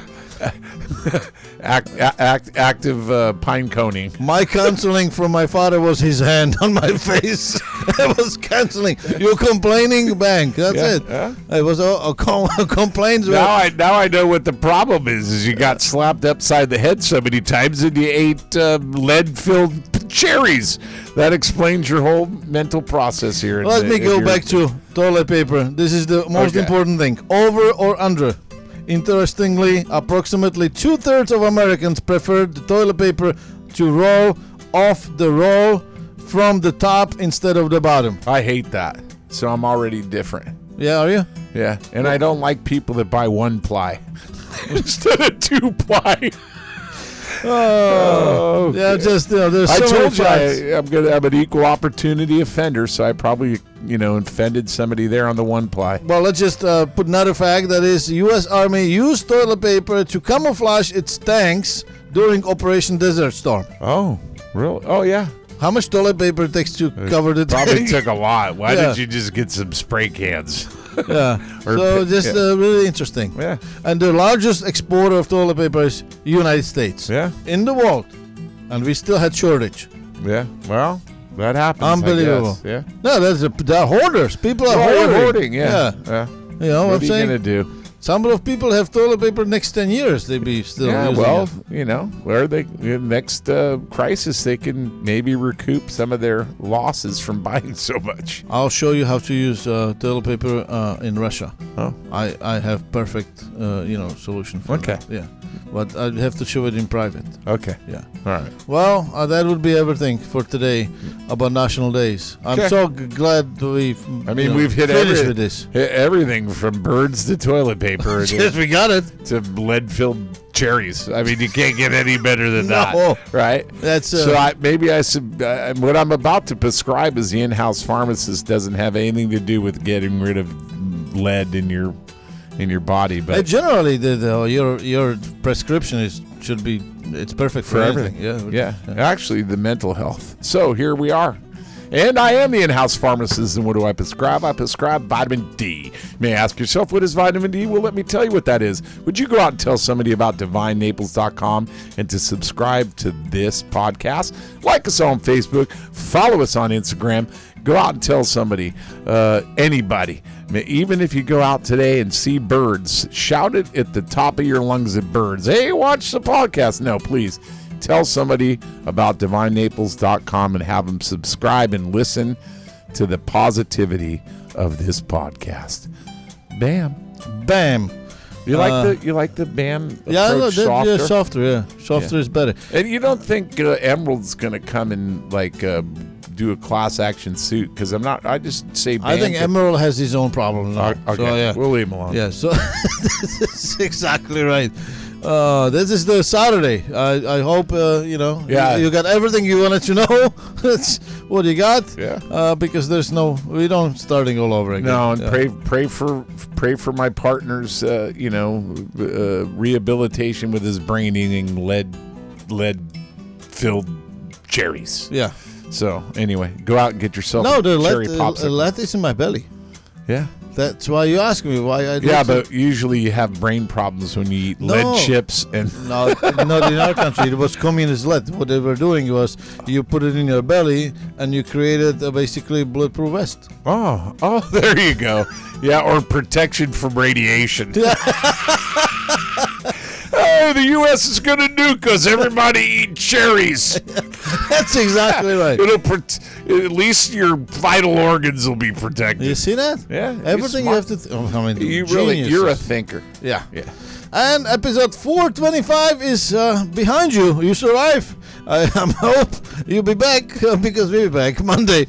B: Act, a- act active uh, pine coning.
A: My counseling from my father was his hand on my *laughs* face. it was counseling. You're complaining, bank. That's
B: Yeah,
A: it.
B: yeah.
A: It was all, all com- *laughs* complaints. were-
B: Now I now I know what the problem is. Is you got slapped upside the head so many times, and you ate uh, lead-filled p- cherries. That explains your whole mental process here. in
A: Let
B: the-
A: me
B: in
A: go
B: your-
A: back to toilet paper. This is the most
B: Okay.
A: important thing. Over or under? Interestingly, approximately two thirds of Americans prefer the toilet paper to roll off the roll from the top instead of the bottom.
B: I hate that, so I'm already different.
A: Yeah, are you?
B: Yeah, and I don't like people that buy one ply *laughs* instead of two ply. Oh,
A: Yeah, just you know, there's so
B: I
A: many
B: told you I,
A: facts.
B: I'm gonna I'm an equal opportunity offender, so I probably you know offended somebody there on the one ply.
A: Well, let's just uh, put another fact that is U.S. Army used toilet paper to camouflage its tanks during Operation Desert Storm.
B: Oh, really? Oh yeah.
A: How much toilet paper it takes to cover the
B: Probably *laughs*
A: tank?
B: took a lot. Why
A: Yeah.
B: didn't you just get some spray cans?
A: *laughs* yeah.
B: *laughs* or
A: so
B: pi-
A: just
B: yeah.
A: uh, really interesting.
B: Yeah.
A: And the largest exporter of toilet paper is United States.
B: Yeah.
A: In the world, and we still had shortage.
B: Yeah. Well, that happens. I
A: Unbelievable. Oh,
B: guess. Yeah.
A: No, that's a, they're hoarders. People are
B: Well,
A: hoarding.
B: hoarding, Yeah. yeah.
A: You know what
B: What
A: Oh, I'm
B: are you
A: saying?
B: gonna do?
A: Some of people have toilet paper next ten years. They be still
B: yeah.
A: using
B: Well,
A: it.
B: you know, where they the next uh, crisis, they can maybe recoup some of their losses from *laughs* buying so much.
A: I'll show you how to use uh, toilet paper uh, in Russia.
B: Oh.
A: I, I have perfect uh, you know solution for
B: Okay.
A: that. Yeah, but I have to show it in private.
B: Okay.
A: Yeah.
B: All right.
A: Well, uh, that would be everything for today about national days. I'm
B: Sure.
A: so g- glad we.
B: I mean, we've hit
A: finished
B: every-
A: with this.
B: E- Everything from birds to toilet paper
A: Yes,
B: to,
A: we got it.
B: to lead-filled cherries. I mean, you can't get any better
A: *laughs*
B: than
A: No.
B: that, right?
A: That's uh,
B: So I, maybe I should. Uh, what I'm about to prescribe is the in-house pharmacist doesn't have anything to do with getting rid of lead in your in your body,
A: uh,
B: but
A: generally the, the your your prescription is should be it's perfect for,
B: for
A: anything.
B: everything.
A: Yeah.
B: yeah, Actually, the mental health. So here we are. And I am the in-house pharmacist, and what do I prescribe? I prescribe vitamin D. You may ask yourself, what is vitamin D? Well, let me tell you what that is. Would you go out and tell somebody about divinenaples.com and to subscribe to this podcast? Like us on Facebook, follow us on Instagram. Go out and tell somebody, uh, anybody. I mean, Even if you go out today and see birds, shout it at the top of your lungs at birds. Hey, watch the podcast. No, please tell somebody about divinenaples.com and have them subscribe and listen to the positivity of this podcast. Bam.
A: Bam.
B: You like
A: Uh,
B: the you like the band?
A: yeah, no,
B: approach
A: that-
B: softer?
A: yeah, softer. Yeah, softer is better.
B: And you don't think uh, Emerald's gonna come and like uh, do a class action suit? Because I'm not. I just say.
A: I
B: band
A: think
B: it.
A: Emerald has his own problem now.
B: Okay,
A: So, yeah.
B: we'll leave him alone.
A: Yeah, so *laughs* this is exactly right. Uh, this is the Saturday. I, I hope uh, you know. you-
B: Yeah.
A: You, got everything you wanted to know. *laughs* That's what you got.
B: Yeah.
A: Uh, because there's no, we don't starting all over again.
B: No, and
A: Yeah.
B: pray pray for pray for my partner's uh, you know uh, rehabilitation with his brain eating lead lead filled cherries.
A: Yeah.
B: So anyway, go out and get yourself
A: No,
B: a
A: the
B: cherry
A: lead, uh,
B: popsicle.
A: lead is in my belly.
B: yeah,
A: That's why you ask me why I.
B: yeah,
A: don't-
B: but usually you have brain problems when you eat
A: No.
B: lead chips and
A: *laughs*
B: *laughs*
A: No, not in our country. It was communist lead. What they were doing was you put it in your belly and you created a basically bulletproof vest.
B: oh oh *laughs* there you go, yeah, or protection from
A: *laughs*
B: radiation. *laughs* Oh, the U.S. is going to nuke us. Everybody eat cherries.
A: That's
B: *laughs*
A: exactly right.
B: It'll prot- at least your vital organs will be protected.
A: You see that?
B: Yeah, you're
A: Everything you
B: smart.
A: have to. Th- oh, I mean,
B: you really, you're a
A: geniuses.
B: thinker.
A: yeah.
B: Yeah.
A: And episode 425 is uh, behind you. You survive. I *laughs* um, hope you'll be back *laughs* uh, because we'll be back Monday.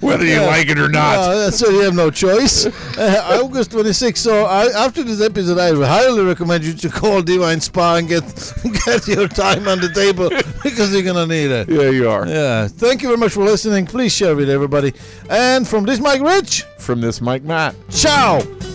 B: Whether you
A: Yeah.
B: like it or *laughs* not.
A: *laughs* Uh, so you have no choice. Uh, August 26th. So I, after this episode, I highly recommend you to call Divine Spa and get *laughs* get your time on the table *laughs* because you're gonna need it.
B: yeah, you are.
A: Yeah. Thank you very much for listening. Please share with everybody. And from this, Mike Rich.
B: From this Mike Matt.
A: Ciao.